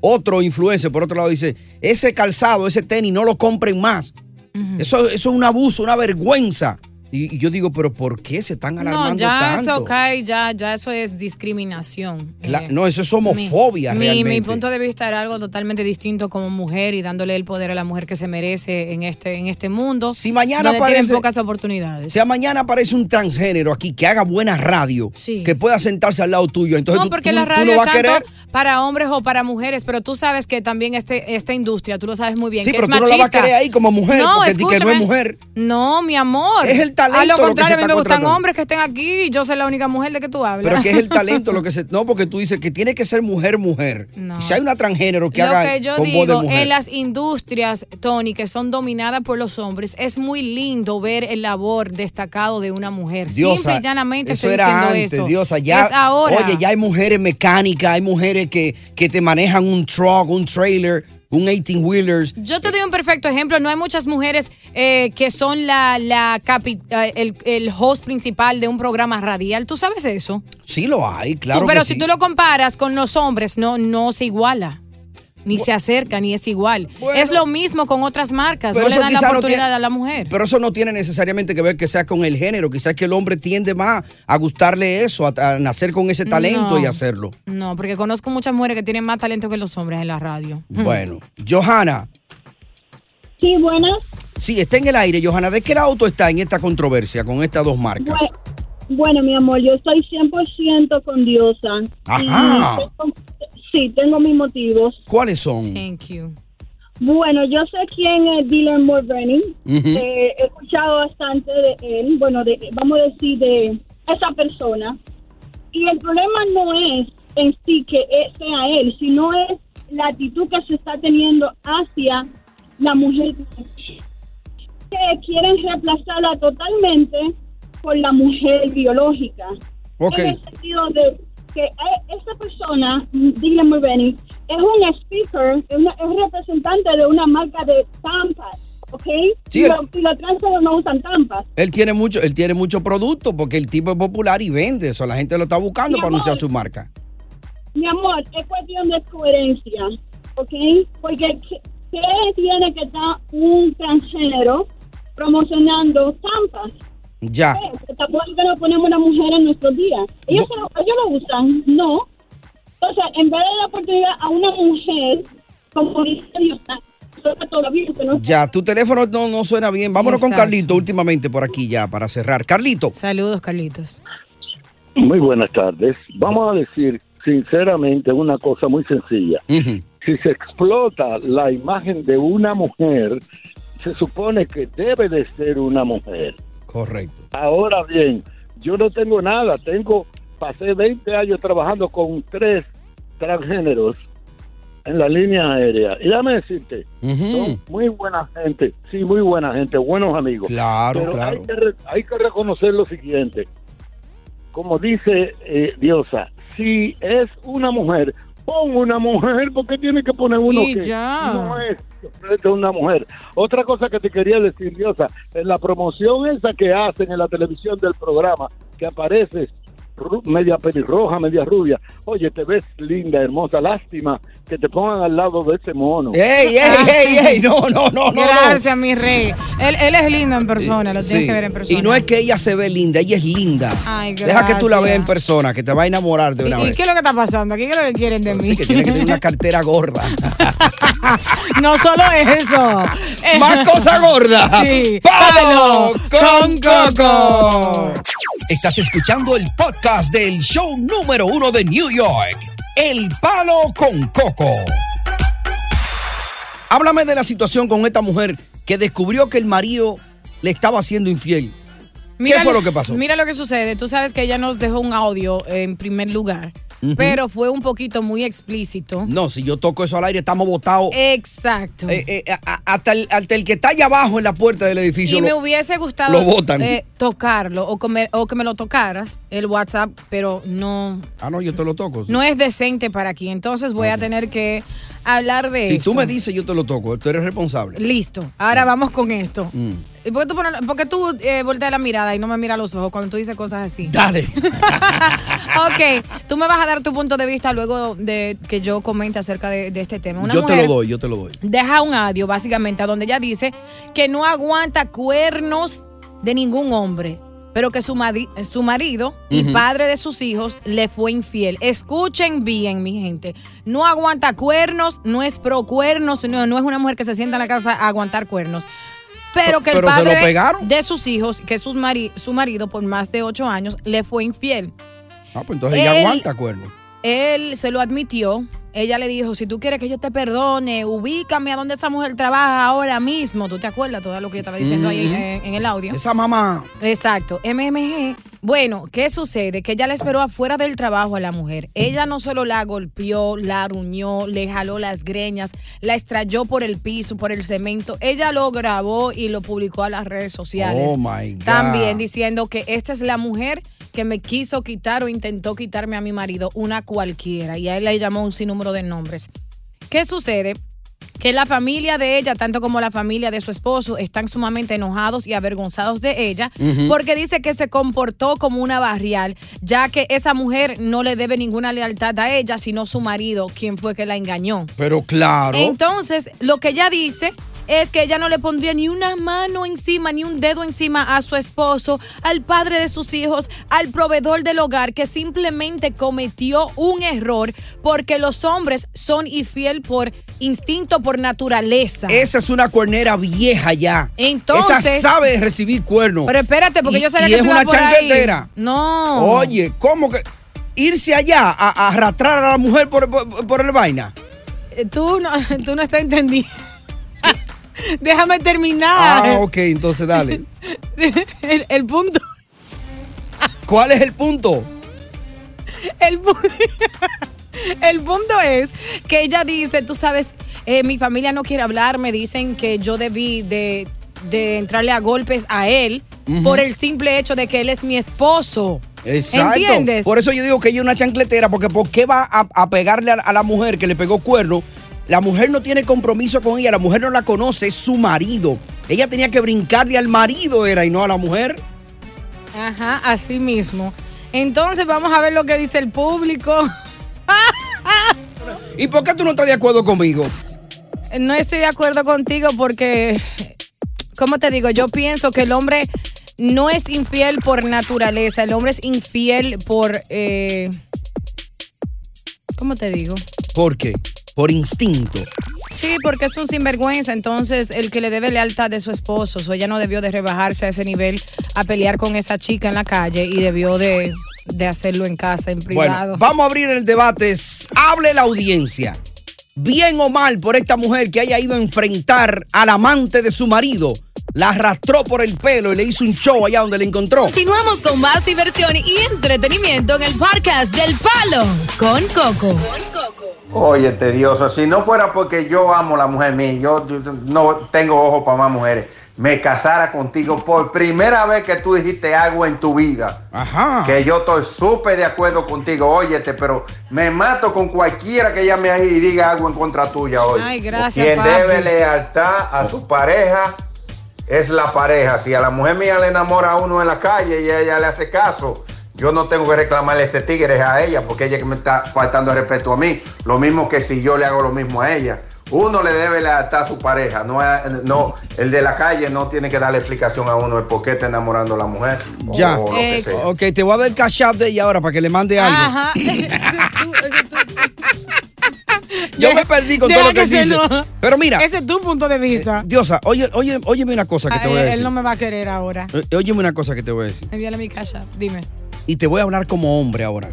[SPEAKER 3] Otro influencer, por otro lado, dice, ese calzado, ese tenis, no lo compren más. eso, eso es un abuso, una vergüenza. Y, y yo digo, pero ¿por qué se están alarmando
[SPEAKER 4] No, ya
[SPEAKER 3] tanto?
[SPEAKER 4] eso cae, ya, ya eso es discriminación.
[SPEAKER 3] La-
[SPEAKER 4] Eh,
[SPEAKER 3] no, eso es homofobia
[SPEAKER 4] mi-
[SPEAKER 3] realmente.
[SPEAKER 4] Mi punto de vista era algo totalmente distinto como mujer y dándole el poder a la mujer que se merece en este, en este mundo. Si
[SPEAKER 3] mañana
[SPEAKER 4] donde tienen
[SPEAKER 3] aparece-
[SPEAKER 4] pocas oportunidades.
[SPEAKER 3] O sea, mañana aparece un transgénero aquí que haga buena radio, que pueda sentarse al lado tuyo. Entonces
[SPEAKER 4] no,
[SPEAKER 3] tú-
[SPEAKER 4] porque
[SPEAKER 3] tú,
[SPEAKER 4] la
[SPEAKER 3] tú
[SPEAKER 4] radio
[SPEAKER 3] lo
[SPEAKER 4] es
[SPEAKER 3] vas a querer.
[SPEAKER 4] tanto para hombres o para mujeres, pero tú sabes que también este, esta industria, tú lo sabes muy bien,
[SPEAKER 3] Sí,
[SPEAKER 4] que
[SPEAKER 3] pero
[SPEAKER 4] es
[SPEAKER 3] tú no
[SPEAKER 4] machista.
[SPEAKER 3] la vas a querer ahí como mujer, porque di que no es
[SPEAKER 4] escúchame.
[SPEAKER 3] mujer.
[SPEAKER 4] No, mi amor.
[SPEAKER 3] Es el talento
[SPEAKER 4] A
[SPEAKER 3] lo que
[SPEAKER 4] lo
[SPEAKER 3] se
[SPEAKER 4] contrario, a mí
[SPEAKER 3] está
[SPEAKER 4] me gustan
[SPEAKER 3] contratando.
[SPEAKER 4] hombres que estén aquí y yo soy la única mujer de que tú hablas.
[SPEAKER 3] Pero que es el
[SPEAKER 4] (laughs)
[SPEAKER 3] talento lo que se. No, porque tú dices que tiene que ser mujer, mujer.
[SPEAKER 4] No.
[SPEAKER 3] Y si hay una transgénero que
[SPEAKER 4] Lo
[SPEAKER 3] haga
[SPEAKER 4] que yo
[SPEAKER 3] con voz de
[SPEAKER 4] digo,
[SPEAKER 3] mujer.
[SPEAKER 4] en las industrias, Tony, que son dominadas por los hombres, es muy lindo ver el labor destacado de una mujer.
[SPEAKER 3] Diosa,
[SPEAKER 4] Simple y llanamente
[SPEAKER 3] eso
[SPEAKER 4] estoy
[SPEAKER 3] era
[SPEAKER 4] diciendo
[SPEAKER 3] antes,
[SPEAKER 4] eso.
[SPEAKER 3] Diosa, ya,
[SPEAKER 4] es ahora.
[SPEAKER 3] Oye, ya hay mujeres mecánicas, hay mujeres que, que te manejan un truck, un trailer, un 18-wheelers.
[SPEAKER 4] Yo te doy un perfecto ejemplo. No hay muchas mujeres eh, que son la, la capi- eh, el, el host principal de un programa radial. ¿Tú sabes eso?
[SPEAKER 3] Sí lo hay, claro
[SPEAKER 4] Tú- pero
[SPEAKER 3] que
[SPEAKER 4] si
[SPEAKER 3] sí.
[SPEAKER 4] tú lo comparas con los hombres, no, no se iguala. Ni se acerca, ni es igual. es lo mismo con otras marcas.
[SPEAKER 3] pero
[SPEAKER 4] No le
[SPEAKER 3] eso
[SPEAKER 4] dan la
[SPEAKER 3] quizá no
[SPEAKER 4] oportunidad
[SPEAKER 3] tiene-
[SPEAKER 4] a la mujer.
[SPEAKER 3] Pero eso no tiene necesariamente que ver que sea con el género. Quizás que el hombre tiende más a gustarle eso, a, a nacer con ese talento
[SPEAKER 4] No.
[SPEAKER 3] y hacerlo.
[SPEAKER 4] No, porque conozco muchas mujeres que tienen más talento que los hombres en la radio.
[SPEAKER 3] Bueno, Johanna.
[SPEAKER 10] Sí, buenas.
[SPEAKER 3] Sí, está en el aire, Johanna. ¿De qué lado tú estás en esta controversia con estas dos marcas?
[SPEAKER 10] Bue- Bueno, mi amor, yo estoy 100% con Diosa.
[SPEAKER 3] Ajá.
[SPEAKER 10] Y tengo- sí, tengo mis motivos.
[SPEAKER 3] ¿Cuáles son?
[SPEAKER 4] Thank you.
[SPEAKER 10] Bueno, yo sé quién es Dylan Mulvaney.
[SPEAKER 3] Ujú.
[SPEAKER 10] Eh, he escuchado bastante de él, bueno, de, vamos a decir de esa persona. Y el problema no es en sí que e- sea él, sino es la actitud que se está teniendo hacia la mujer que quieren reemplazarla totalmente por la mujer biológica.
[SPEAKER 3] Ok.
[SPEAKER 10] En el sentido de que e- esa persona, Dylan Mulvaney, es un speaker, es, una- es representante de una marca de tampas, ¿ok?
[SPEAKER 3] Sí,
[SPEAKER 10] y,
[SPEAKER 3] el-
[SPEAKER 10] lo- y los tránsitos no usan tampas.
[SPEAKER 3] Él tiene mucho, él tiene mucho producto porque el tipo es popular y vende eso. La gente lo está buscando
[SPEAKER 10] Mi
[SPEAKER 3] para anunciar
[SPEAKER 10] amor.
[SPEAKER 3] su marca.
[SPEAKER 10] Mi amor, es cuestión de coherencia, ¿ok? Porque ¿qué, qué tiene que estar un transgénero promocionando tampas?
[SPEAKER 3] Ya.
[SPEAKER 10] ¿Qué? Tampoco es que no ponemos una mujer en nuestros días. Ellos, se lo- ellos lo usan, no. Entonces, en vez de dar oportunidad a una mujer, como dice Dios,
[SPEAKER 8] suena todo bien, que no
[SPEAKER 3] Ya, tu teléfono no, no suena bien. Vámonos con
[SPEAKER 4] Exacto.
[SPEAKER 3] Carlito últimamente por aquí ya para cerrar. Carlito.
[SPEAKER 4] Saludos, Carlitos.
[SPEAKER 15] Muy buenas tardes. Vamos a decir sinceramente una cosa muy sencilla. Si se explota la imagen de una mujer, se supone que debe de ser una mujer.
[SPEAKER 3] Correcto.
[SPEAKER 15] Ahora bien, yo no tengo nada, tengo, pasé 20 años trabajando con tres transgéneros en la línea aérea. Y déjame decirte, son muy buena gente, sí, muy buena gente, buenos amigos.
[SPEAKER 3] Claro,
[SPEAKER 15] Pero
[SPEAKER 3] claro.
[SPEAKER 15] Hay que, re- hay que reconocer lo siguiente, como dice eh, Diosa, si es una mujer, pon una mujer, porque tiene que poner uno
[SPEAKER 4] Y
[SPEAKER 15] que
[SPEAKER 4] ya.
[SPEAKER 15] no es frente a una mujer. Otra cosa que te quería decir, Diosa, en la promoción esa que hacen en la televisión del programa, que apareces ru- media pelirroja, media rubia, oye, te ves linda, hermosa, lástima que te pongan al lado de ese mono.
[SPEAKER 3] ¡Ey, ey, ey,
[SPEAKER 4] (laughs)
[SPEAKER 3] ey! No, no, no, no.
[SPEAKER 4] Ah. Gracias, mi rey. Él, él es lindo en persona, lo tienes
[SPEAKER 3] Sí.
[SPEAKER 4] que ver en persona.
[SPEAKER 3] Y no es que ella se ve linda, ella es linda.
[SPEAKER 4] Ay,
[SPEAKER 3] Deja que tú la veas en
[SPEAKER 4] gracias.
[SPEAKER 3] persona, que te va a enamorar de una
[SPEAKER 4] ¿Y, y
[SPEAKER 3] vez.
[SPEAKER 4] qué es lo que está pasando? ¿Qué es lo que quieren de mí?
[SPEAKER 3] Que tiene
[SPEAKER 4] (laughs)
[SPEAKER 3] que tener una cartera gorda.
[SPEAKER 4] No solo eso. Eh,
[SPEAKER 3] (laughs) ¡Más cosa gorda!
[SPEAKER 4] Sí.
[SPEAKER 3] ¡Palo con
[SPEAKER 4] con
[SPEAKER 3] Coco! Estás escuchando el podcast del show número uno de New York, El Palo con Coco. Háblame de la situación con esta mujer que descubrió que el marido le estaba haciendo infiel. ¿Qué fue lo que pasó?
[SPEAKER 4] Mira lo que sucede. Tú sabes que ella nos dejó un audio eh, en primer lugar,
[SPEAKER 3] Ujú.
[SPEAKER 4] pero fue un poquito muy explícito.
[SPEAKER 3] No, si yo toco eso al aire, estamos botados.
[SPEAKER 4] Exacto.
[SPEAKER 3] Eh, eh, a- a- hasta, el, hasta el que está allá abajo en la puerta del edificio.
[SPEAKER 4] y
[SPEAKER 3] lo-
[SPEAKER 4] me hubiese gustado
[SPEAKER 3] lo botan.
[SPEAKER 4] eh, tocarlo o, comer- o que me lo tocaras, el WhatsApp, pero no,
[SPEAKER 3] Ah, no, yo te lo toco.
[SPEAKER 4] no es decente para aquí. Entonces voy a tener que hablar de
[SPEAKER 3] Si
[SPEAKER 4] esto.
[SPEAKER 3] tú me dices, yo te lo toco. Tú eres responsable.
[SPEAKER 4] Listo, ahora vamos con esto.
[SPEAKER 3] Mm.
[SPEAKER 4] ¿Y por qué tú, pones- por qué tú, eh, volteas la mirada y no me miras a los ojos cuando tú dices cosas así?
[SPEAKER 3] Dale.
[SPEAKER 4] (laughs) ok, tú me vas a dar tu punto de vista luego de que yo comente acerca de, de este tema. Una
[SPEAKER 3] yo te
[SPEAKER 4] mujer
[SPEAKER 3] lo doy, yo te lo doy.
[SPEAKER 4] Deja un audio, básicamente, a donde ella dice que no aguanta cuernos de ningún hombre, pero que su, madi- su marido y
[SPEAKER 16] Ujú.
[SPEAKER 4] padre de sus hijos le fue infiel. Escuchen bien, mi gente. No aguanta cuernos, no es pro cuernos, no, no es una mujer que se sienta en la casa a aguantar cuernos. Pero que el
[SPEAKER 3] Pero se lo
[SPEAKER 4] padre
[SPEAKER 3] pegaron.
[SPEAKER 4] de sus hijos, que sus mari- su marido por más de ocho años, le fue infiel.
[SPEAKER 3] Ah, pues entonces ella
[SPEAKER 4] Él-
[SPEAKER 3] aguanta, cuerno.
[SPEAKER 4] Él se lo admitió. Ella le dijo, si tú quieres que yo te perdone, ubícame a donde esa mujer trabaja ahora mismo. ¿Tú te acuerdas todo lo que yo estaba diciendo ahí
[SPEAKER 3] Ujú.
[SPEAKER 4] en, en el audio?
[SPEAKER 3] Esa mamá.
[SPEAKER 4] Exacto, MMG. Bueno, ¿qué sucede? Que ella le esperó afuera del trabajo a la mujer. Ella no solo la golpeó, la aruñó, le jaló las greñas, la estrelló por el piso, por el cemento. Ella lo grabó y lo publicó a las redes sociales.
[SPEAKER 3] Oh my God.
[SPEAKER 4] También diciendo que esta es la mujer que me quiso quitar o intentó quitarme a mi marido, una cualquiera. Y a él le llamó un sinnúmero de nombres. ¿Qué sucede? Que la familia de ella, tanto como la familia de su esposo, están sumamente enojados y avergonzados de ella
[SPEAKER 16] Ujú.
[SPEAKER 4] porque dice que se comportó como una barrial, ya que esa mujer no le debe ninguna lealtad a ella, sino su marido, quien fue que la engañó.
[SPEAKER 3] Pero claro.
[SPEAKER 4] Entonces, lo que ella dice es que ella no le pondría ni una mano encima, ni un dedo encima a su esposo, al padre de sus hijos, al proveedor del hogar, que simplemente cometió un error porque los hombres son infiel por instinto, por naturaleza.
[SPEAKER 3] esa es una cuernera vieja ya.
[SPEAKER 4] Entonces-
[SPEAKER 3] Esa sabe recibir cuernos.
[SPEAKER 4] Pero espérate, porque
[SPEAKER 3] Y-
[SPEAKER 4] yo sabía
[SPEAKER 3] y
[SPEAKER 4] que
[SPEAKER 3] es
[SPEAKER 4] tú ibas
[SPEAKER 3] una
[SPEAKER 4] por ahí.
[SPEAKER 3] chancletera.
[SPEAKER 4] No.
[SPEAKER 3] Oye, ¿cómo que irse allá a, a arrastrar a la mujer por, por- por el vaina?
[SPEAKER 4] Eh, Tú no, (laughs) tú no
[SPEAKER 3] (laughs)
[SPEAKER 4] estás entendiendo. Déjame terminar.
[SPEAKER 3] Ah, ok, entonces dale.
[SPEAKER 4] (laughs) el, el punto.
[SPEAKER 3] ¿Cuál es el punto?
[SPEAKER 4] El, pu- el punto es que ella dice, tú sabes, eh, mi familia no quiere hablar, me dicen que yo debí de, de entrarle a golpes a él
[SPEAKER 3] Ujú.
[SPEAKER 4] por el simple hecho de que él es mi esposo.
[SPEAKER 3] Exacto.
[SPEAKER 4] ¿Entiendes?
[SPEAKER 3] Por eso yo digo que ella es una chancletera, porque ¿por qué va a, a pegarle a, a la mujer que le pegó cuerno? La mujer no tiene compromiso con ella, la mujer no la conoce, es su marido. Ella tenía que brincarle al marido, era, y no a la mujer.
[SPEAKER 4] Ajá, así mismo. Entonces vamos a ver lo que dice el público. (laughs)
[SPEAKER 3] ¿Y por qué tú no estás de acuerdo conmigo?
[SPEAKER 4] No estoy de acuerdo contigo porque, ¿cómo te digo? Yo pienso que el hombre no es infiel por naturaleza, el hombre es infiel por... eh, ¿Cómo te digo?
[SPEAKER 3] ¿Por qué? Por instinto.
[SPEAKER 4] Sí, porque es un sinvergüenza. Entonces, el que le debe lealtad de su esposo, so, ella no debió de rebajarse a ese nivel a pelear con esa chica en la calle y debió de, de hacerlo en casa, en privado.
[SPEAKER 3] Bueno, vamos a abrir el debate. S- Hable la audiencia. Bien o mal por esta mujer que haya ido a enfrentar al amante de su marido. La arrastró por el pelo y le hizo un show allá donde la encontró.
[SPEAKER 5] Continuamos con más diversión y entretenimiento en el podcast del Palo con Coco.
[SPEAKER 16] Oye, tedioso, si no fuera porque yo amo a la mujer mía, yo, yo no tengo ojo para más mujeres, me casara contigo por primera vez que tú dijiste algo en tu vida.
[SPEAKER 3] Ajá.
[SPEAKER 16] Que yo estoy súper de acuerdo contigo, óyete, pero me mato con cualquiera que llame ahí y diga algo en contra tuya hoy.
[SPEAKER 4] Ay, gracias,
[SPEAKER 16] Quien
[SPEAKER 4] papi.
[SPEAKER 16] debe lealtad a su pareja es la pareja. Si a la mujer mía le enamora a uno en la calle y ella le hace caso, yo no tengo que reclamarle ese tigre a ella porque ella es que me está faltando el respeto a mí. Lo mismo que si yo le hago lo mismo a ella. Uno le debe lealtad a su pareja, no, a- no el de la calle no tiene que darle explicación a uno de por qué está enamorando a la mujer. o-
[SPEAKER 3] Ya.
[SPEAKER 16] o lo que sea.
[SPEAKER 3] Ok, te voy a dar el cash app de ella ahora para que le mande algo.
[SPEAKER 4] (laughs)
[SPEAKER 16] Ajá.
[SPEAKER 3] Yo me perdí con todo
[SPEAKER 4] deja
[SPEAKER 3] lo que,
[SPEAKER 4] que se
[SPEAKER 3] dice.
[SPEAKER 4] enoja.
[SPEAKER 3] Pero mira. Eh,
[SPEAKER 4] Ese es tu punto de vista.
[SPEAKER 3] Diosa, oye, oye, óyeme una cosa que te voy a
[SPEAKER 4] Ay,
[SPEAKER 3] decir.
[SPEAKER 4] él no me va a querer ahora.
[SPEAKER 3] Eh, Óyeme una cosa que te voy a decir.
[SPEAKER 4] Envíale mi casa, dime.
[SPEAKER 3] Y te voy a hablar como hombre ahora.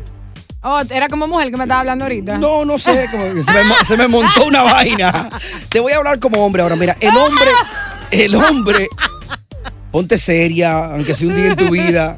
[SPEAKER 4] Oh, era como mujer que me estaba hablando ahorita.
[SPEAKER 3] No, no sé, como que se, me, mo- se me montó una vaina. Te voy a hablar como hombre ahora. Mira, el hombre, el hombre, ponte seria, aunque sea un día en tu vida.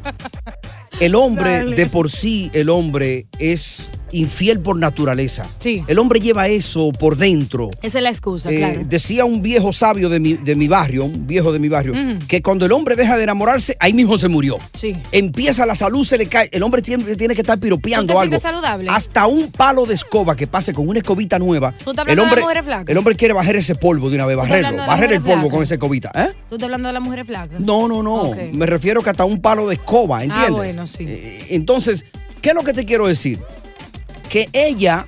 [SPEAKER 3] El hombre,
[SPEAKER 17] Dale.
[SPEAKER 3] de por sí, el hombre es infiel por naturaleza.
[SPEAKER 4] Sí.
[SPEAKER 3] El hombre lleva eso por dentro.
[SPEAKER 4] (laughs) Esa es la excusa,
[SPEAKER 3] Eh,
[SPEAKER 4] claro.
[SPEAKER 3] Decía un viejo sabio de mi, de mi barrio, un viejo de mi barrio,
[SPEAKER 4] Ujú.
[SPEAKER 3] que cuando el hombre deja de enamorarse, ahí mismo se murió.
[SPEAKER 4] Sí.
[SPEAKER 3] Empieza la salud, se le cae. El hombre tiene, tiene que estar piropeando
[SPEAKER 4] ¿Tú te
[SPEAKER 3] algo.
[SPEAKER 4] sientes saludable?
[SPEAKER 3] Hasta un palo de escoba que pase con una escobita nueva.
[SPEAKER 4] ¿Tú estás hablando
[SPEAKER 3] el
[SPEAKER 4] de
[SPEAKER 3] hombre,
[SPEAKER 4] las mujeres flacas?
[SPEAKER 3] el hombre quiere bajar ese polvo de una vez,
[SPEAKER 4] estás
[SPEAKER 3] barrerlo,
[SPEAKER 4] hablando de las
[SPEAKER 3] barrer el
[SPEAKER 4] mujeres
[SPEAKER 3] polvo con
[SPEAKER 4] flacas?
[SPEAKER 3] esa escobita. ¿eh?
[SPEAKER 4] ¿Tú estás hablando de las mujeres flacas?
[SPEAKER 3] No, no, no.
[SPEAKER 4] Ok.
[SPEAKER 3] Me refiero que hasta un palo de escoba, ¿entiendes? Eh,
[SPEAKER 4] Ah, bueno, sí.
[SPEAKER 3] Entonces, ¿qué es lo que te quiero decir? Que ella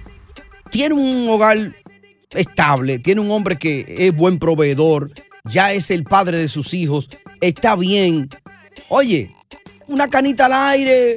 [SPEAKER 3] tiene un hogar estable, tiene un hombre que es buen proveedor, ya es el padre de sus hijos, está bien. Oye, una canita al aire,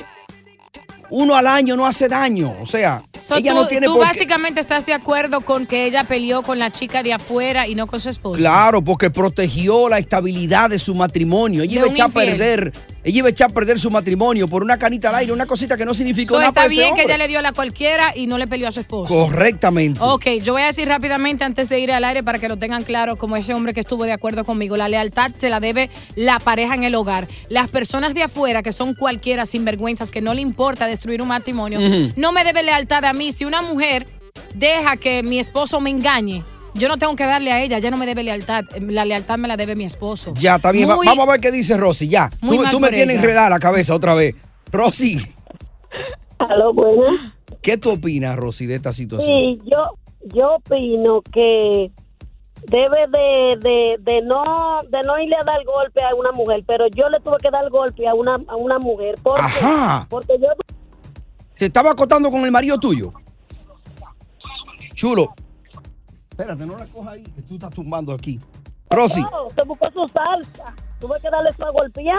[SPEAKER 3] uno al año no hace daño. O sea,
[SPEAKER 4] So,
[SPEAKER 3] ella
[SPEAKER 4] tú,
[SPEAKER 3] no tiene
[SPEAKER 4] tú
[SPEAKER 3] por qué-
[SPEAKER 4] básicamente estás de acuerdo con que ella peleó con la chica de afuera y no con su esposo.
[SPEAKER 3] Claro, porque protegió la estabilidad de su matrimonio. Ella
[SPEAKER 4] De
[SPEAKER 3] iba a
[SPEAKER 4] un
[SPEAKER 3] echar a
[SPEAKER 4] infiel.
[SPEAKER 3] perder, ella iba a echar a perder su matrimonio por una canita al aire, una cosita que no significó
[SPEAKER 4] So,
[SPEAKER 3] nada
[SPEAKER 4] está
[SPEAKER 3] para ese
[SPEAKER 4] bien que
[SPEAKER 3] hombre.
[SPEAKER 4] ella le dio a la cualquiera y no le peleó a su esposo.
[SPEAKER 3] Correctamente.
[SPEAKER 4] Ok, yo voy a decir rápidamente antes de ir al aire para que lo tengan claro, como ese hombre que estuvo de acuerdo conmigo, la lealtad se la debe la pareja en el hogar. Las personas de afuera, que son cualquiera, sinvergüenzas, que no le importa destruir un matrimonio,
[SPEAKER 5] Ujú.
[SPEAKER 4] no me debe lealtad a mí. Si una mujer deja que mi esposo me engañe, yo no tengo que darle a ella, ya no me debe lealtad. La lealtad me la debe mi esposo.
[SPEAKER 3] Ya, está bien. Va-
[SPEAKER 4] Muy-
[SPEAKER 3] Vamos a ver qué dice Rosy, ya.
[SPEAKER 4] Muy
[SPEAKER 3] Tú,
[SPEAKER 4] mal
[SPEAKER 3] tú me
[SPEAKER 4] por
[SPEAKER 3] tienes
[SPEAKER 4] ella.
[SPEAKER 3] enredada la cabeza otra vez. Rosy.
[SPEAKER 18] Aló, buenas.
[SPEAKER 3] ¿Qué tú opinas, Rosy, de esta situación?
[SPEAKER 18] Sí, yo, yo opino que debe de, de, de no de no irle a dar golpe a una mujer, pero yo le tuve que dar golpe a una, a una mujer porque,
[SPEAKER 3] Ah. Ajá.
[SPEAKER 18] porque yo
[SPEAKER 3] ¿Se estaba acotando con el marido tuyo? Chulo. Espérate, no la coja ahí, que tú estás tumbando aquí. Rosy.
[SPEAKER 18] No, se buscó su salsa, tuve que darle su golpear.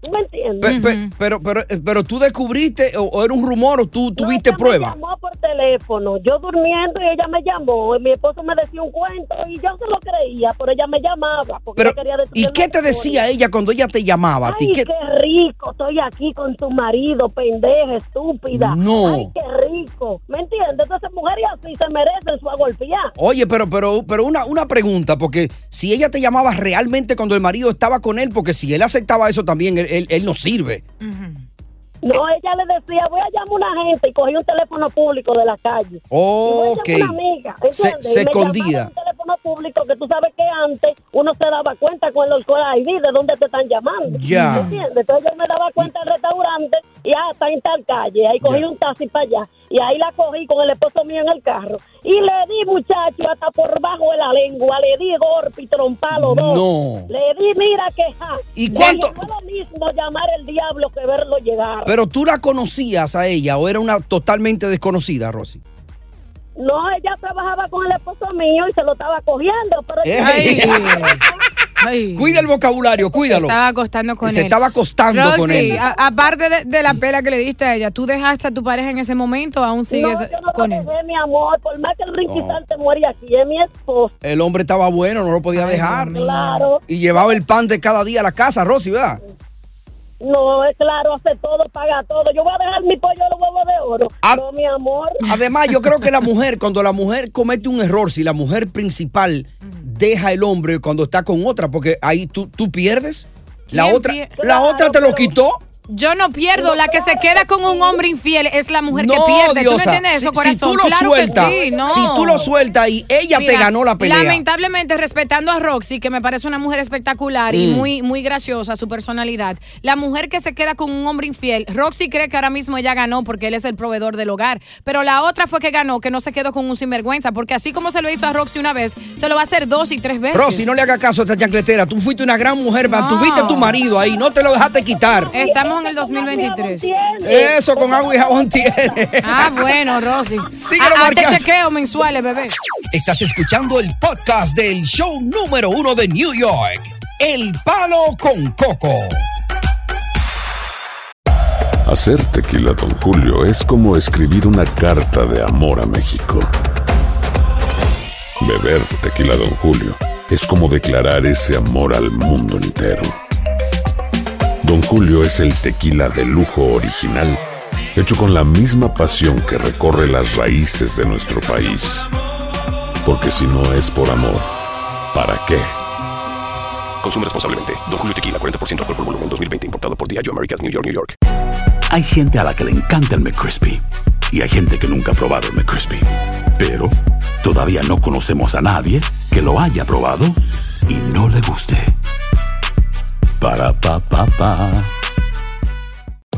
[SPEAKER 18] ¿Tú me entiendes?
[SPEAKER 3] Pe- pe- pero, pero, eh, pero tú descubriste, o, o era un rumor, o tú tuviste
[SPEAKER 18] Ella
[SPEAKER 3] prueba.
[SPEAKER 18] Me llamó por teléfono, yo durmiendo y ella me llamó, y mi esposo me decía un cuento y yo se lo creía, pero ella me llamaba porque
[SPEAKER 3] Pero,
[SPEAKER 18] yo quería destruir
[SPEAKER 3] ¿Y
[SPEAKER 18] el
[SPEAKER 3] qué te decía ella cuando ella te llamaba a ti?
[SPEAKER 18] Ay,
[SPEAKER 3] ¿Qué-
[SPEAKER 18] qué rico, estoy aquí con tu marido, pendeja, estúpida.
[SPEAKER 3] No.
[SPEAKER 18] Ay, qué rico. ¿Me entiendes? Entonces, mujeres así se merecen su agolpeada.
[SPEAKER 3] Oye, pero, pero, pero una, una pregunta, porque si ella te llamaba realmente cuando el marido estaba con él, porque si él aceptaba eso también, él, él- él no sirve.
[SPEAKER 18] No, ella le decía, voy a llamar a una gente y cogí un teléfono público de la calle.
[SPEAKER 3] Ok.
[SPEAKER 18] Y voy a llamar a una amiga,
[SPEAKER 3] Se-
[SPEAKER 18] ¿entiendes?
[SPEAKER 3] se
[SPEAKER 18] Y me
[SPEAKER 3] escondía.
[SPEAKER 18] llamaba a un teléfono público que tú sabes que antes uno se daba cuenta con el alcohol ID de dónde te están llamando.
[SPEAKER 3] Ya.
[SPEAKER 18] ¿Me ¿Entiendes? Entonces yo me daba cuenta del restaurante y ah, está en tal calle. Ahí cogí
[SPEAKER 3] Ya.
[SPEAKER 18] un taxi para allá y ahí la cogí con el esposo mío en el carro. Y le di, muchacho, hasta por bajo de la lengua, le di golpe y trompa a los dos.
[SPEAKER 3] No.
[SPEAKER 18] Le di, mira que ja.
[SPEAKER 3] ¿Y
[SPEAKER 18] Le
[SPEAKER 3] cuánto-
[SPEAKER 18] dije, No es lo mismo llamar el diablo que verlo llegar.
[SPEAKER 3] Pero tú la conocías a ella o era una totalmente desconocida, Rosy.
[SPEAKER 18] No, ella trabajaba con el esposo mío y se lo estaba cogiendo, pero
[SPEAKER 3] Ey. ¿Eh? Cuida el vocabulario, cuídalo.
[SPEAKER 4] Estaba acostando con
[SPEAKER 3] Se
[SPEAKER 4] él.
[SPEAKER 3] estaba acostando
[SPEAKER 4] Rosy,
[SPEAKER 3] con él.
[SPEAKER 4] a- aparte de, de la pela que le diste a ella, ¿tú dejaste a tu pareja en ese momento o aún sigues
[SPEAKER 18] no, yo no
[SPEAKER 4] con
[SPEAKER 18] lo
[SPEAKER 4] él?
[SPEAKER 18] dejé, mi amor. Por más que el
[SPEAKER 3] Oh.
[SPEAKER 18] rinquizal te muere aquí, es mi esposo.
[SPEAKER 3] El hombre estaba bueno, no lo podía dejar.
[SPEAKER 18] Claro.
[SPEAKER 3] Y llevaba el pan de cada día a la casa, Rosy, ¿verdad?
[SPEAKER 18] No, es claro, hace todo, paga todo. Yo voy a dejar mi pollo los huevos de oro. no, mi amor.
[SPEAKER 3] Ah. Además, yo creo que la mujer, cuando la mujer comete un error, si la mujer principal deja el hombre cuando está con otra, porque ahí tú, tú pierdes, la
[SPEAKER 4] ¿Quién
[SPEAKER 3] otra,
[SPEAKER 4] pier-
[SPEAKER 3] la otra te lo quitó.
[SPEAKER 4] Yo no pierdo, la que se queda con un hombre infiel es la mujer
[SPEAKER 3] No,
[SPEAKER 4] que pierde. ¿Tú no
[SPEAKER 3] Diosa,
[SPEAKER 4] entiendes eso,
[SPEAKER 3] si- si,
[SPEAKER 4] corazón?
[SPEAKER 3] tú lo
[SPEAKER 4] claro
[SPEAKER 3] sueltas,
[SPEAKER 4] que sí, no.
[SPEAKER 3] si tú lo sueltas y ella te
[SPEAKER 4] Mira,
[SPEAKER 3] ganó la pelea.
[SPEAKER 4] Lamentablemente, respetando a Roxy, que me parece una mujer espectacular y
[SPEAKER 3] Mm.
[SPEAKER 4] muy, muy graciosa su personalidad, la mujer que se queda con un hombre infiel, Roxy cree que ahora mismo ella ganó porque él es el proveedor del hogar. Pero la otra fue que ganó, que no se quedó con un sinvergüenza, porque así como se lo hizo a Roxy una vez, se lo va a hacer dos y tres veces.
[SPEAKER 3] Rosy, no le hagas caso a esta chancletera. Tú fuiste una gran mujer, mantuviste a tu marido ahí, no te lo dejaste quitar.
[SPEAKER 4] Estamos en el 2023.
[SPEAKER 3] Eso con agua y jabón tiene.
[SPEAKER 4] Ah, bueno, Rosy.
[SPEAKER 3] Síguelo
[SPEAKER 4] Ah, Hazte
[SPEAKER 3] marcando.
[SPEAKER 4] chequeo mensuales, bebé.
[SPEAKER 3] Estás escuchando el podcast del show número uno de New York, El Palo con Coco.
[SPEAKER 9] Hacer tequila, Don Julio, es como escribir una carta de amor a México. Beber tequila, Don Julio, es como declarar ese amor al mundo entero. Don Julio es el tequila de lujo original, hecho con la misma pasión que recorre las raíces de nuestro país. Porque si no es por amor, ¿para qué?
[SPEAKER 19] Consume responsablemente. Don Julio Tequila, 40% alcohol por volumen 2020, importado por Diageo Americas, New York, New York.
[SPEAKER 17] Hay gente a la que le encanta el McCrispy y hay gente que nunca ha probado el McCrispy. Pero todavía no conocemos a nadie que lo haya probado y no le guste. Para pa pa pa.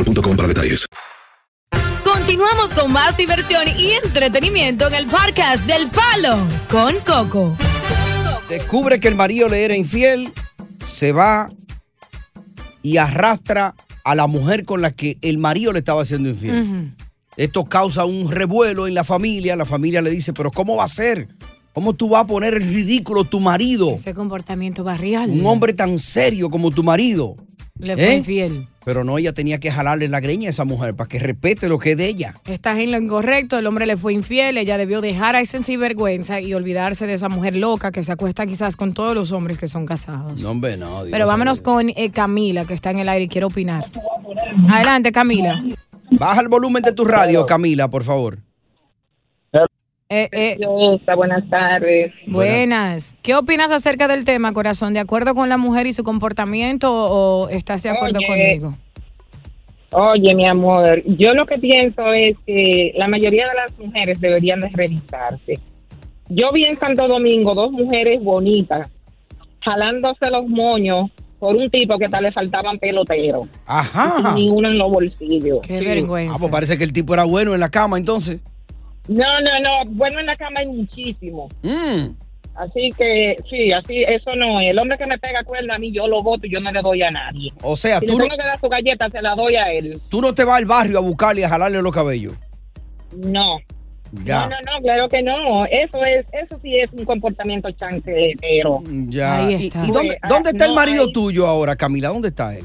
[SPEAKER 13] para detalles.
[SPEAKER 5] Continuamos con más diversión y entretenimiento en el podcast del Palo con Coco.
[SPEAKER 3] Descubre que el marido le era infiel, se va y arrastra a la mujer con la que el marido le estaba haciendo
[SPEAKER 4] Mm.
[SPEAKER 3] infiel. Esto causa un revuelo en la familia. La familia le dice, pero ¿cómo va a ser? ¿Cómo tú vas a poner el ridículo tu marido?
[SPEAKER 4] Ese comportamiento barrial.
[SPEAKER 3] Un hombre tan serio como tu marido.
[SPEAKER 4] Le fue
[SPEAKER 3] ¿Eh?
[SPEAKER 4] infiel.
[SPEAKER 3] Pero no, ella tenía que jalarle la greña a esa mujer para que respete lo que es de ella.
[SPEAKER 4] Estás en lo incorrecto, el hombre le fue infiel, ella debió dejar a ese sinvergüenza y olvidarse de esa mujer loca que se acuesta quizás con todos los hombres que son casados.
[SPEAKER 3] No, hombre, no. Dios.
[SPEAKER 4] Pero vámonos con eh, Camila, que está en el aire y quiero opinar. Adelante, Camila.
[SPEAKER 3] Baja el volumen de tu radio, Camila, por favor.
[SPEAKER 20] buenas tardes.
[SPEAKER 4] Eh, Buenas. ¿Qué opinas acerca del tema, corazón? ¿De acuerdo con la mujer y su comportamiento o o estás de acuerdo
[SPEAKER 20] Oye.
[SPEAKER 4] conmigo?
[SPEAKER 20] Oye, mi amor, yo lo que pienso es que la mayoría de las mujeres deberían de revisarse. Yo vi en Santo Domingo dos mujeres bonitas jalándose los moños por un tipo que tal le faltaban pelotero.
[SPEAKER 3] Ajá.
[SPEAKER 20] Ni uno en los bolsillos. Sí.
[SPEAKER 3] Ah, pues parece que el tipo era bueno en la cama, entonces.
[SPEAKER 20] No, no, no. Bueno, en la cama hay muchísimo.
[SPEAKER 3] Mm,
[SPEAKER 20] Así que, sí, así, eso no es. El hombre que me pega cuerda a mí, yo lo voto y yo no le doy a nadie.
[SPEAKER 3] O sea,
[SPEAKER 20] si
[SPEAKER 3] tú
[SPEAKER 20] le
[SPEAKER 3] no,
[SPEAKER 20] tengo que dar su galleta, se la doy a él.
[SPEAKER 3] tú no te vas al barrio a buscarle y a jalarle los cabellos.
[SPEAKER 20] No.
[SPEAKER 3] Ya.
[SPEAKER 20] No, no, no, claro que no. Eso es, eso sí es un comportamiento chancletero.
[SPEAKER 3] Ya.
[SPEAKER 20] Ahí
[SPEAKER 3] ¿Y-
[SPEAKER 20] está.
[SPEAKER 3] ¿Y, dónde,
[SPEAKER 20] Ah,
[SPEAKER 3] dónde está el
[SPEAKER 20] no,
[SPEAKER 3] marido
[SPEAKER 20] ahí-
[SPEAKER 3] tuyo ahora, Camila? ¿Dónde está él?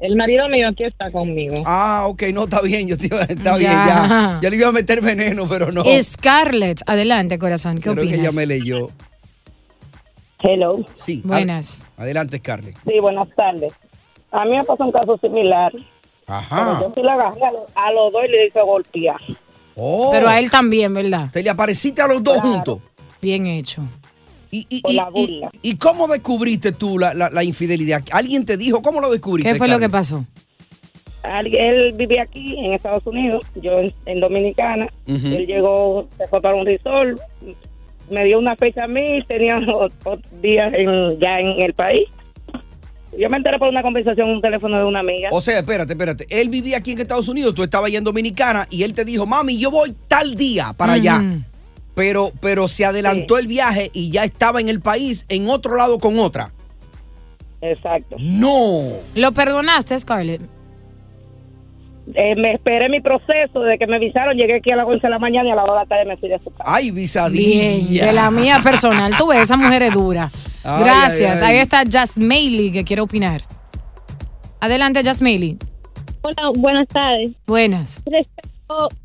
[SPEAKER 20] El marido mío aquí está conmigo.
[SPEAKER 3] Ah, ok, no, está bien, yo te iba- está
[SPEAKER 4] Ya.
[SPEAKER 3] bien, ya. Ya le iba a meter veneno, pero no.
[SPEAKER 4] Scarlett, adelante, corazón. ¿Qué
[SPEAKER 3] Creo
[SPEAKER 4] opinas?
[SPEAKER 3] que ella me leyó.
[SPEAKER 20] Hello.
[SPEAKER 3] Sí. ad-
[SPEAKER 4] Buenas.
[SPEAKER 3] Adelante, Scarlett.
[SPEAKER 20] Sí, buenas tardes. A mí me pasó un caso similar.
[SPEAKER 3] Ajá.
[SPEAKER 20] Yo sí la agarré a, lo- a los dos y le hice golpear.
[SPEAKER 3] Oh.
[SPEAKER 4] Pero a él también, ¿verdad?
[SPEAKER 3] Te le apareciste a los dos juntos.
[SPEAKER 4] Bien hecho.
[SPEAKER 3] ¿Y, y,
[SPEAKER 4] Por
[SPEAKER 3] y-
[SPEAKER 4] la
[SPEAKER 3] y- y cómo descubriste tú la, la- la infidelidad? ¿Alguien te dijo? ¿Cómo lo descubriste?
[SPEAKER 20] ¿Qué fue lo que
[SPEAKER 4] pasó?
[SPEAKER 20] Alguien- Él vivía aquí en Estados Unidos, yo en, en Dominicana.
[SPEAKER 3] Ujú.
[SPEAKER 20] Él llegó, se fue para un resort,
[SPEAKER 8] me dio una fecha a mí y tenía (laughs) otros días en- ya en el país. Yo me enteré por una conversación en un teléfono de una amiga.
[SPEAKER 3] O sea, espérate, espérate. Él vivía aquí en Estados Unidos, tú estabas allá en Dominicana y él te dijo, mami, yo voy tal día para allá. Pero, pero se adelantó el viaje y ya estaba en el país, en otro lado con otra.
[SPEAKER 8] Exacto.
[SPEAKER 3] No.
[SPEAKER 4] ¿Lo perdonaste, Scarlett?
[SPEAKER 8] Eh, me esperé mi proceso desde que me avisaron. Llegué aquí a las 11 de la mañana y a las 2 de la tarde me fui de su casa.
[SPEAKER 3] Ay, visadilla.
[SPEAKER 4] Bien, de la mía personal. Tú ves, esa mujer es dura.
[SPEAKER 8] Ay,
[SPEAKER 4] Gracias.
[SPEAKER 8] ay, ay.
[SPEAKER 4] Ahí está Jasmeili que quiere opinar. Adelante, Jasmeili.
[SPEAKER 21] Hola, buenas tardes.
[SPEAKER 4] Buenas.
[SPEAKER 21] Respecto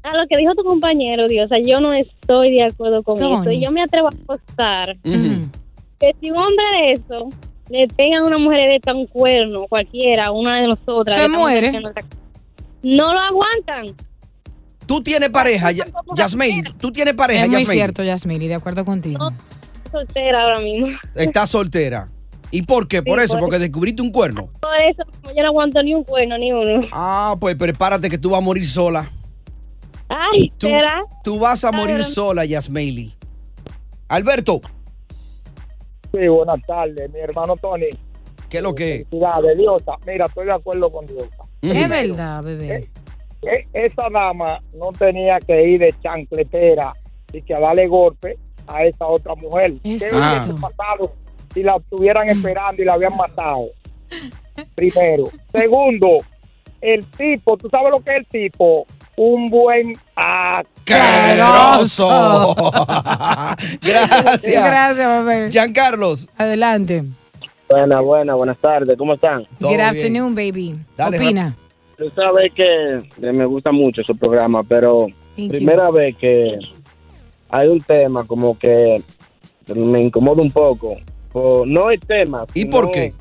[SPEAKER 21] a lo que dijo tu compañero, Diosa, yo no estoy de acuerdo con
[SPEAKER 4] Tony.
[SPEAKER 21] eso. Y yo me atrevo a apostar que si un hombre de eso le pega a una mujer de tan cuerno, cualquiera, una de nosotras,
[SPEAKER 4] Se
[SPEAKER 21] de esta mujer
[SPEAKER 4] muere.
[SPEAKER 21] que nos está- No lo aguantan.
[SPEAKER 3] Tú tienes pareja, Ya- Yasmeli. Tú tienes pareja,
[SPEAKER 4] es muy
[SPEAKER 3] Yasmeli.
[SPEAKER 4] cierto, Jasmeili, de acuerdo contigo.
[SPEAKER 21] Soltera ahora mismo.
[SPEAKER 3] Estás soltera. ¿Y por qué? Por
[SPEAKER 21] Sí,
[SPEAKER 3] eso,
[SPEAKER 21] por
[SPEAKER 3] porque descubriste un cuerno.
[SPEAKER 21] Por eso mismo, yo no aguanto ni un cuerno, ni uno.
[SPEAKER 3] Ah, pues prepárate que tú vas a morir sola.
[SPEAKER 21] Ay,
[SPEAKER 3] Tú,
[SPEAKER 21] ¿será?
[SPEAKER 3] tú vas a morir sola, Yasmeli. Alberto.
[SPEAKER 22] Sí, buenas tardes, mi hermano Tony.
[SPEAKER 3] ¿Qué es lo que es?
[SPEAKER 22] Felicidades, Diosa. Mira, estoy de acuerdo con Diosa.
[SPEAKER 4] Es verdad, bebé.
[SPEAKER 22] E- Esa dama no tenía que ir de chancletera y que a darle golpe a esa otra mujer. ¿Qué
[SPEAKER 4] Exacto.
[SPEAKER 22] hubiese pasado si la estuvieran esperando y la habían matado? Primero. Segundo, el tipo, ¿tú sabes lo que es el tipo? Un buen
[SPEAKER 3] asqueroso. Gracias.
[SPEAKER 4] Gracias, bebé.
[SPEAKER 3] Giancarlos.
[SPEAKER 4] Adelante.
[SPEAKER 23] Buenas, buenas, buenas tardes. ¿Cómo están?
[SPEAKER 4] Good afternoon, baby. Opina.
[SPEAKER 23] Tú sabes que me gusta mucho su programa, pero
[SPEAKER 4] Thank you.
[SPEAKER 23] primera vez que hay un tema como que me incomoda un poco. Por- no el tema. ¿Y por qué?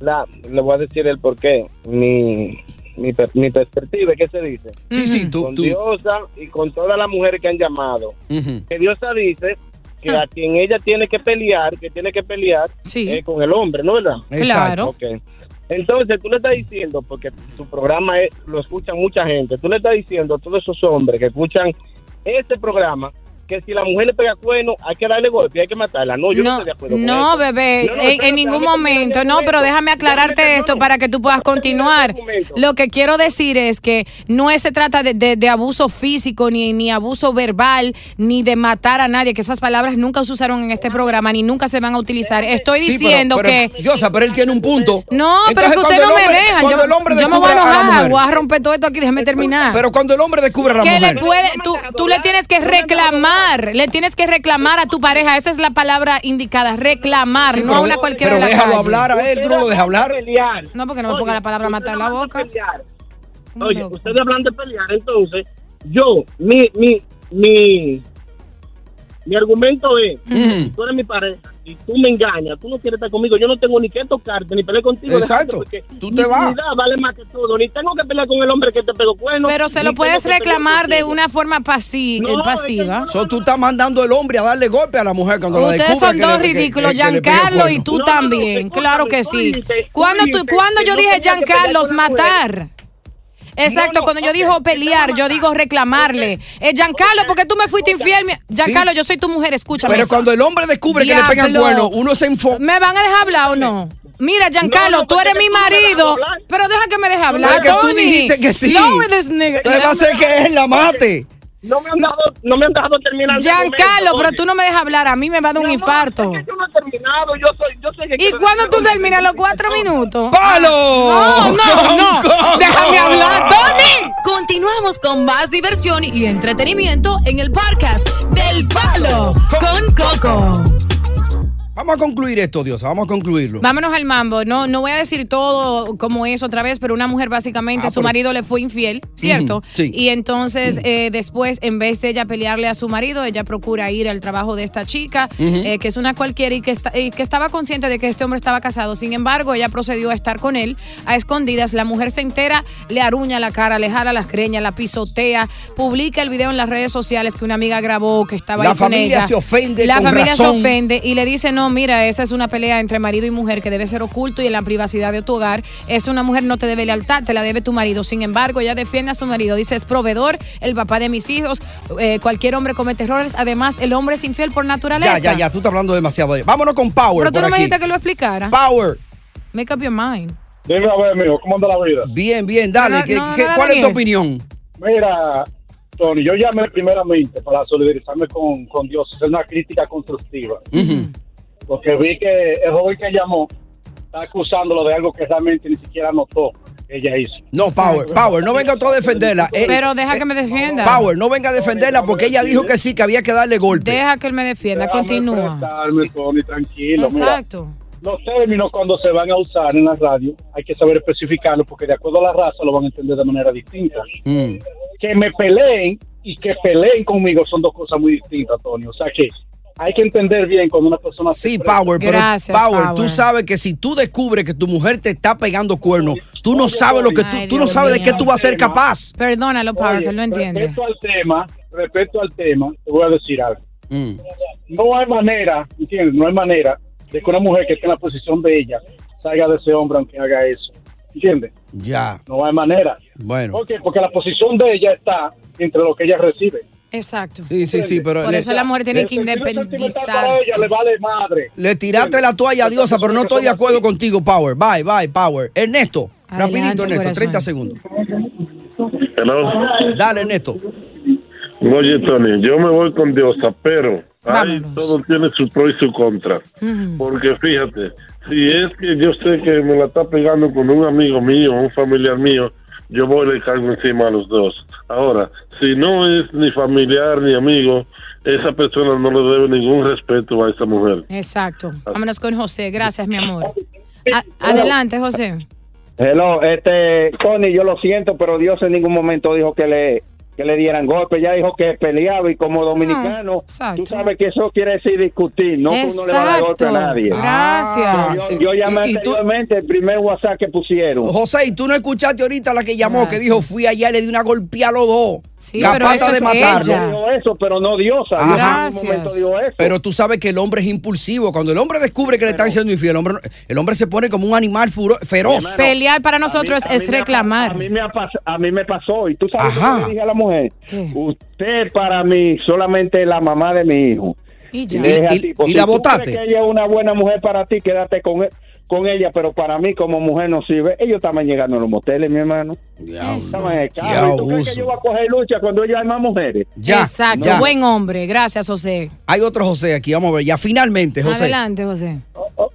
[SPEAKER 23] La, le voy a decir el por qué. Mi, mi, per- mi perspectiva, ¿qué se dice?
[SPEAKER 3] Sí, sí,
[SPEAKER 4] Mm.
[SPEAKER 3] tú.
[SPEAKER 23] con Diosa y con todas las mujeres que han llamado. Que Diosa dice que a quien ella tiene que pelear, que tiene que pelear, es con el hombre, ¿no verdad?
[SPEAKER 24] Claro.
[SPEAKER 23] Ok. Entonces tú le estás diciendo, porque tu programa es- lo escucha mucha gente, tú le estás diciendo a todos esos hombres que escuchan este programa que si la mujer le pega cuerno hay que darle golpe, hay que matarla. No, yo no, estoy de acuerdo con
[SPEAKER 4] No,
[SPEAKER 23] eso.
[SPEAKER 4] bebé,
[SPEAKER 23] No, no,
[SPEAKER 4] en- en,
[SPEAKER 23] espérate,
[SPEAKER 4] ningún
[SPEAKER 23] déjame terminar
[SPEAKER 4] momento.
[SPEAKER 23] mi
[SPEAKER 4] No, pero
[SPEAKER 23] argumento.
[SPEAKER 4] déjame aclararte esto para que tú puedas continuar. Lo que quiero decir es que no se trata de, de- de abuso físico, ni, ni abuso verbal, ni de matar a nadie, que esas palabras nunca se usaron en este programa, ni nunca se van a utilizar. Estoy
[SPEAKER 3] Sí, pero-
[SPEAKER 4] diciendo
[SPEAKER 3] pero,
[SPEAKER 4] que...
[SPEAKER 3] Diosa, pero él tiene un punto.
[SPEAKER 4] No, pero
[SPEAKER 3] Entonces,
[SPEAKER 4] es que ustedes no
[SPEAKER 3] cuando el
[SPEAKER 4] me
[SPEAKER 3] hombre-
[SPEAKER 4] dejan.
[SPEAKER 3] cuando
[SPEAKER 4] Yo,
[SPEAKER 3] el hombre
[SPEAKER 4] yo me voy a
[SPEAKER 3] descubra a la
[SPEAKER 4] enojar.
[SPEAKER 3] mujer.
[SPEAKER 4] voy a romper todo esto aquí. Déjame terminar.
[SPEAKER 3] Pero cuando el hombre descubre a la
[SPEAKER 4] que
[SPEAKER 3] mujer.
[SPEAKER 4] le puede, tú, tú le tienes que reclamar, le tienes que reclamar a tu pareja, esa es la palabra indicada, reclamar,
[SPEAKER 3] Sí,
[SPEAKER 4] no
[SPEAKER 3] pero
[SPEAKER 4] a una
[SPEAKER 3] de-
[SPEAKER 4] cualquiera
[SPEAKER 3] pero
[SPEAKER 4] de la
[SPEAKER 3] déjalo
[SPEAKER 4] calle.
[SPEAKER 3] hablar a él, tú no lo dejas hablar.
[SPEAKER 4] No, porque no me ponga la palabra matar en la boca.
[SPEAKER 23] Oye, ustedes hablan de pelear, entonces yo, mi, mi, mi, mi argumento es, si tú eres mi pareja y tú me engañas, tú no quieres estar conmigo, yo no tengo ni que tocarte, ni pelear contigo.
[SPEAKER 3] Exacto.
[SPEAKER 23] dejarte, porque
[SPEAKER 3] Tú
[SPEAKER 23] mi
[SPEAKER 3] te vas.
[SPEAKER 23] dignidad vale más que todo, ni tengo que pelear con el hombre que te pegó cuerno.
[SPEAKER 4] Pero se
[SPEAKER 23] ni
[SPEAKER 4] lo
[SPEAKER 23] tengo
[SPEAKER 4] puedes
[SPEAKER 23] que pelear
[SPEAKER 4] reclamar de
[SPEAKER 23] contigo.
[SPEAKER 4] una forma pasi- eh, pasiva.
[SPEAKER 3] So, tú estás mandando al hombre a darle golpe a la mujer cuando la
[SPEAKER 4] Ustedes
[SPEAKER 3] descubre.
[SPEAKER 4] son
[SPEAKER 3] que le-
[SPEAKER 4] dos
[SPEAKER 3] que- que-
[SPEAKER 4] ridículos,
[SPEAKER 3] que le pega el
[SPEAKER 4] Giancarlo y
[SPEAKER 3] cuerno.
[SPEAKER 4] tú también. claro que sí. Cuando tú, cuando yo dije Giancarlos matar. Exacto, cuando yo digo pelear, yo digo reclamarle. Eh, Giancarlo, porque tú me fuiste infiel. mi- Giancarlo, yo soy tu mujer, escúchame.
[SPEAKER 3] Pero cuando el hombre descubre que le pegan
[SPEAKER 4] Diablo.
[SPEAKER 3] cuerno, uno se enfoca.
[SPEAKER 4] ¿Me van a dejar hablar o no? Mira, Giancarlo,
[SPEAKER 3] No, no,
[SPEAKER 4] tú
[SPEAKER 3] porque
[SPEAKER 4] eres mi
[SPEAKER 3] tú me dejas
[SPEAKER 4] marido,
[SPEAKER 3] hablar.
[SPEAKER 4] pero deja que me deje hablar.
[SPEAKER 3] Porque tú
[SPEAKER 4] Tony.
[SPEAKER 3] dijiste que sí.
[SPEAKER 4] Lower this nigga.
[SPEAKER 3] Entonces va a ser que él la mate.
[SPEAKER 23] No me han dado, no me han dejado terminar. mi
[SPEAKER 4] Giancarlo,
[SPEAKER 23] argumento,
[SPEAKER 4] pero
[SPEAKER 23] oye.
[SPEAKER 4] tú no me dejas hablar, a mí me va a dar un infarto.
[SPEAKER 23] Yo no he terminado, yo soy, yo soy
[SPEAKER 4] ¿Y cuándo tú terminas los cuatro minutos?
[SPEAKER 3] ¡Palo!
[SPEAKER 4] No, no, no. Déjame hablar, Tony.
[SPEAKER 5] Continuamos con más diversión y entretenimiento en el podcast del Palo con Coco.
[SPEAKER 3] Vamos a concluir esto, Diosa. Vamos a concluirlo.
[SPEAKER 4] Vámonos al mambo. No, no voy a decir todo como es otra vez, pero una mujer básicamente,
[SPEAKER 3] Ah,
[SPEAKER 4] su
[SPEAKER 3] pero-
[SPEAKER 4] marido le fue infiel, ¿cierto?
[SPEAKER 3] Ujú, sí.
[SPEAKER 4] Y entonces eh, después, en vez de ella pelearle a su marido, ella procura ir al trabajo de esta chica,
[SPEAKER 25] Ujú.
[SPEAKER 4] eh, que es una cualquiera y que, está- y que estaba consciente de que este hombre estaba casado. Sin embargo, ella procedió a estar con él a escondidas. La mujer se entera, le aruña la cara, le jala las creñas, la pisotea, publica el video en las redes sociales que una amiga grabó que estaba
[SPEAKER 3] La
[SPEAKER 4] ahí con
[SPEAKER 3] familia
[SPEAKER 4] ella.
[SPEAKER 3] se ofende
[SPEAKER 4] La
[SPEAKER 3] con
[SPEAKER 4] familia se
[SPEAKER 3] razón.
[SPEAKER 4] ofende y le dice, no, mira, esa es una pelea entre marido y mujer que debe ser oculto y en la privacidad de tu hogar. Es una mujer no te debe lealtad, te la debe tu marido. Sin embargo, ella defiende a su marido. Dice, es proveedor, el papá de mis hijos. eh, cualquier hombre comete errores. Además, el hombre es infiel por naturaleza.
[SPEAKER 3] Ya, ya, ya, tú estás hablando demasiado. de- Vámonos con Power.
[SPEAKER 4] Pero tú
[SPEAKER 3] por
[SPEAKER 4] no me
[SPEAKER 3] aquí.
[SPEAKER 4] dijiste que lo explicara.
[SPEAKER 3] Power.
[SPEAKER 4] Make up your mind.
[SPEAKER 15] Dime a ver, amigo, ¿cómo anda la vida?
[SPEAKER 3] Bien, bien, dale.
[SPEAKER 4] No,
[SPEAKER 3] ¿qué-
[SPEAKER 4] no,
[SPEAKER 3] qué-
[SPEAKER 4] no,
[SPEAKER 3] ¿Cuál es tu
[SPEAKER 4] Daniel.
[SPEAKER 3] opinión?
[SPEAKER 15] Mira, Tony, yo llamé primeramente para solidarizarme con, con Dios, hacer una crítica constructiva. Porque vi que el joven que llamó está acusándolo de algo que realmente ni siquiera notó que ella hizo.
[SPEAKER 3] No, Power, Power, no venga tú a defenderla. Eh,
[SPEAKER 4] Pero deja que me defienda.
[SPEAKER 3] Power, no venga a defenderla porque ella dijo que sí, que había que darle golpe.
[SPEAKER 4] Deja que él me defienda. Continúa.
[SPEAKER 15] Calme, Tony, tranquilo. mira.
[SPEAKER 4] Exacto.
[SPEAKER 15] los términos cuando se van a usar en la radio hay que saber especificarlos porque de acuerdo a la raza lo van a entender de manera distinta. Que me peleen y que peleen conmigo son dos cosas muy distintas, Tony. O sea que hay que entender bien cuando una persona...
[SPEAKER 3] Sí, Power, pero Power, tú sabes que si tú descubres que tu mujer te está pegando cuernos, tú no sabes lo que tú,
[SPEAKER 4] Ay,
[SPEAKER 3] tú no
[SPEAKER 4] Dios
[SPEAKER 3] sabes de
[SPEAKER 4] mío.
[SPEAKER 3] qué tú vas a ser capaz.
[SPEAKER 4] Perdónalo, Power,
[SPEAKER 15] Oye,
[SPEAKER 4] que él no entiende.
[SPEAKER 15] Respecto al tema, respecto al tema, te voy a decir algo.
[SPEAKER 3] Mm.
[SPEAKER 15] No hay manera, ¿entiendes? No hay manera de que una mujer que esté en la posición de ella salga de ese hombre aunque haga eso. ¿Entiendes?
[SPEAKER 3] Ya,
[SPEAKER 15] No hay manera.
[SPEAKER 3] bueno.
[SPEAKER 15] ¿Por qué? Porque la posición de ella está entre lo que ella recibe.
[SPEAKER 4] Exacto.
[SPEAKER 3] Sí, sí, sí, pero
[SPEAKER 4] Por
[SPEAKER 3] le,
[SPEAKER 4] eso la mujer tiene que
[SPEAKER 15] Para
[SPEAKER 4] independizarse.
[SPEAKER 15] ella le vale madre.
[SPEAKER 3] le tiraste la toalla a Diosa, pero no estoy de acuerdo contigo, Power. Bye, bye, Power. Ernesto,
[SPEAKER 4] Adelante,
[SPEAKER 3] rapidito, Ernesto,
[SPEAKER 4] corazón.
[SPEAKER 3] 30 segundos.
[SPEAKER 26] Hello.
[SPEAKER 3] Dale, Ernesto.
[SPEAKER 26] Oye, Tony, yo me voy con Diosa, pero ahí
[SPEAKER 4] Vámonos.
[SPEAKER 26] todo tiene su pro y su contra. Porque fíjate, si es que yo sé que me la está pegando con un amigo mío, un familiar mío, yo voy y le cargo encima a los dos. Ahora, si no es ni familiar ni amigo, esa persona no le debe ningún respeto a esa mujer.
[SPEAKER 4] Exacto. Vámonos con José. Gracias, mi amor. A- adelante, José.
[SPEAKER 27] Hello, Eh, este, Tony, yo lo siento, pero Dios en ningún momento dijo que le, que le dieran golpe. Ya dijo que peleaba y como dominicano, tú sabes que eso quiere decir discutir, no que uno le va a dar golpe a
[SPEAKER 3] Exacto.
[SPEAKER 27] nadie.
[SPEAKER 3] Gracias.
[SPEAKER 27] Yo, yo llamé
[SPEAKER 3] Y- y tú-
[SPEAKER 27] anteriormente el primer WhatsApp que pusieron.
[SPEAKER 3] José, ¿y tú no escuchaste ahorita la que llamó, que dijo, fui allá y le di una golpeada a los dos?
[SPEAKER 27] Ah, Sí,
[SPEAKER 3] capaz
[SPEAKER 27] pero eso
[SPEAKER 3] hasta de
[SPEAKER 27] es
[SPEAKER 3] matarlo.
[SPEAKER 27] ella. Dijo eso, pero no Diosa.
[SPEAKER 3] Ajá.
[SPEAKER 27] Dios en ningún momento dijo eso.
[SPEAKER 3] Pero tú sabes que el hombre es impulsivo. Cuando el hombre descubre que le están siendo infiel, el hombre, el hombre se pone como un animal furo- feroz.
[SPEAKER 4] Pelear para nosotros
[SPEAKER 27] a mí
[SPEAKER 4] es
[SPEAKER 27] me ha-
[SPEAKER 4] reclamar.
[SPEAKER 27] A mí, me ha pas- a mí me pasó, y tú sabes lo que
[SPEAKER 3] Ajá.
[SPEAKER 27] le dije a la mujer. Usted para mí solamente es la mamá de mi hijo.
[SPEAKER 4] Y
[SPEAKER 27] Y, le dije así, pues, si tú crees
[SPEAKER 3] botaste?
[SPEAKER 27] que ella es una buena mujer para ti, quédate con, e- con ella, pero para mí como mujer no sirve. Ellos estaban llegando a los moteles, mi hermano. Estaban en el carro.
[SPEAKER 3] Qué
[SPEAKER 27] ¿Y tú crees que yo voy a coger lucha cuando ella hay más mujeres?
[SPEAKER 4] Exacto.
[SPEAKER 27] No.
[SPEAKER 4] Buen hombre. Gracias, José.
[SPEAKER 3] Hay otro José aquí, vamos a ver. Ya finalmente, José.
[SPEAKER 4] Adelante, José.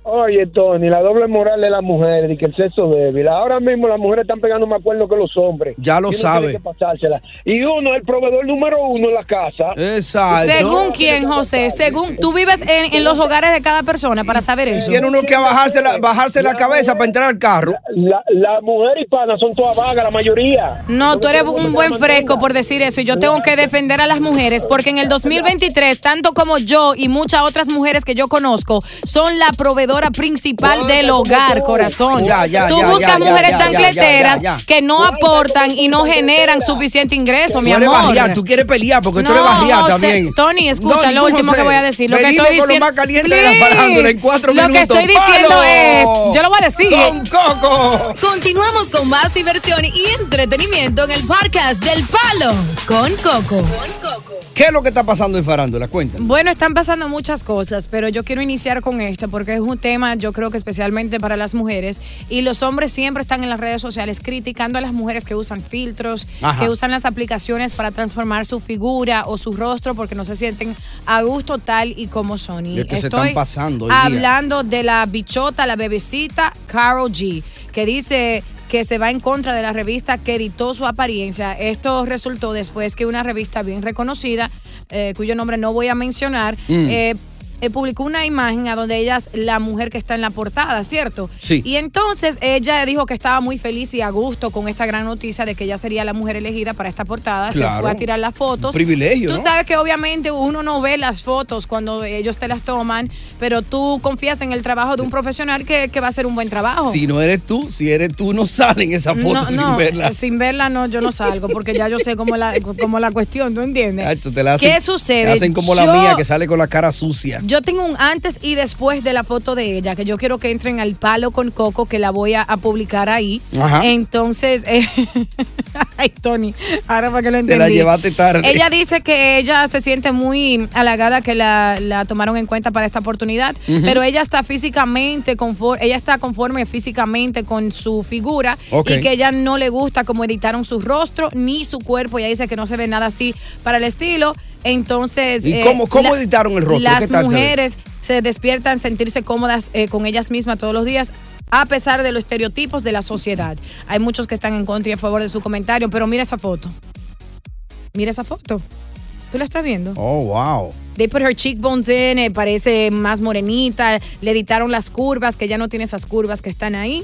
[SPEAKER 1] Oye, Tony, la doble moral de las mujeres y que el sexo débil. Ahora mismo las mujeres están pegando más cuernos que los hombres.
[SPEAKER 3] Ya lo
[SPEAKER 1] Y uno
[SPEAKER 3] sabe.
[SPEAKER 1] tiene que pasársela. Y uno es el proveedor número uno en la casa.
[SPEAKER 3] Exacto.
[SPEAKER 4] Según quién, José, según tú vives en, en los hogares de cada persona para saber eso.
[SPEAKER 3] Tiene uno que bajarse la, bajarse la cabeza para entrar al carro.
[SPEAKER 1] La, la mujer y pana son todas vagas, la mayoría.
[SPEAKER 4] No, tú eres un buen fresco por decir eso y yo tengo que defender a las mujeres porque en el 2023, tanto como yo y muchas otras mujeres que yo conozco, son la proveedora principal del hogar, corazón.
[SPEAKER 5] Ya, ya,
[SPEAKER 4] tú
[SPEAKER 5] ya,
[SPEAKER 4] buscas
[SPEAKER 5] ya, ya,
[SPEAKER 4] mujeres
[SPEAKER 5] ya, ya,
[SPEAKER 4] chancleteras
[SPEAKER 5] ya, ya.
[SPEAKER 4] que no aportan y no generan suficiente ingreso, mi
[SPEAKER 3] tú eres
[SPEAKER 4] amor.
[SPEAKER 3] barrial, tú quieres pelear porque tú eres
[SPEAKER 4] No,
[SPEAKER 3] barrial
[SPEAKER 4] José,
[SPEAKER 3] también.
[SPEAKER 4] Tony, escucha,
[SPEAKER 3] No, ningún
[SPEAKER 4] lo último
[SPEAKER 3] José.
[SPEAKER 4] que voy a decir. Lo que
[SPEAKER 3] Venime
[SPEAKER 4] estoy diciendo,
[SPEAKER 3] con lo más caliente de la
[SPEAKER 4] Please.
[SPEAKER 3] farándula en cuatro
[SPEAKER 4] Lo que
[SPEAKER 3] minutos.
[SPEAKER 4] estoy diciendo
[SPEAKER 3] ¡Palo!
[SPEAKER 4] es, yo lo voy a decir.
[SPEAKER 3] Con Coco.
[SPEAKER 5] Continuamos con más diversión y entretenimiento en el podcast del Palo con Coco.
[SPEAKER 3] ¿Qué es lo que está pasando en farándula? Cuéntame.
[SPEAKER 4] Bueno, están pasando muchas cosas, pero yo quiero iniciar con esto porque es un tema, yo creo que especialmente para las mujeres. Y los hombres siempre están en las redes sociales criticando a las mujeres que usan filtros,
[SPEAKER 5] Ajá.
[SPEAKER 4] que usan las aplicaciones para transformar su figura o su rostro porque no se sienten a gusto tal y como son. Y
[SPEAKER 3] Es que se están pasando hoy día.
[SPEAKER 4] hablando de la bichota, la bebecita Carol G, que dice que se va en contra de la revista que editó su apariencia. Esto resultó después que una revista bien reconocida, eh, cuyo nombre no voy a mencionar,
[SPEAKER 5] Mm.
[SPEAKER 4] eh, eh, publicó una imagen a donde ella es la mujer que está en la portada, ¿cierto?
[SPEAKER 5] Sí.
[SPEAKER 4] Y entonces ella dijo que estaba muy feliz y a gusto con esta gran noticia de que ella sería la mujer elegida para esta portada. Se
[SPEAKER 3] Claro.
[SPEAKER 4] fue a tirar las fotos.
[SPEAKER 3] Un privilegio,
[SPEAKER 4] Tú
[SPEAKER 3] ¿no?
[SPEAKER 4] sabes que obviamente uno no ve las fotos cuando ellos te las toman, pero tú confías en el trabajo de un profesional que, que va a hacer un buen trabajo.
[SPEAKER 3] Si no eres tú, si eres tú, no salen esa foto
[SPEAKER 4] no,
[SPEAKER 3] sin
[SPEAKER 4] no,
[SPEAKER 3] verla.
[SPEAKER 4] sin verla no, yo no salgo porque ya yo sé cómo la, cómo la cuestión, ¿tú entiendes?
[SPEAKER 3] Cacho, te la hacen-
[SPEAKER 4] ¿Qué sucede?
[SPEAKER 3] Te hacen como
[SPEAKER 4] Yo-
[SPEAKER 3] la mía que sale con la cara sucia.
[SPEAKER 4] Yo tengo un antes y después de la foto de ella, que yo quiero que entren al palo con coco, que la voy a, a publicar ahí.
[SPEAKER 3] Ajá.
[SPEAKER 4] Entonces, eh, (laughs) ay, Tony, ahora para que lo
[SPEAKER 3] Te
[SPEAKER 4] entendí.
[SPEAKER 3] la llevaste tarde.
[SPEAKER 4] Ella dice que ella se siente muy halagada que la, la tomaron en cuenta para esta oportunidad,
[SPEAKER 3] Ujú.
[SPEAKER 4] pero ella está físicamente conforme, ella está conforme físicamente con su figura
[SPEAKER 2] Ok.
[SPEAKER 4] y que ella no le gusta cómo editaron su rostro ni su cuerpo. Ella dice que no se ve nada así para el estilo. Entonces, eh,
[SPEAKER 3] ¿Y cómo- cómo editaron el rostro?
[SPEAKER 4] Las
[SPEAKER 3] ¿Qué tal se ve?
[SPEAKER 4] mujeres se despiertan sentirse cómodas eh, con ellas mismas todos los días a pesar de los estereotipos de la sociedad. Hay muchos que están en contra y a favor de su comentario, pero mira esa foto. Mira esa foto. ¿Tú la estás viendo?
[SPEAKER 3] Oh, wow.
[SPEAKER 4] They put her cheekbones in, eh, parece más morenita, le editaron las curvas, que ya no tiene esas curvas que están ahí.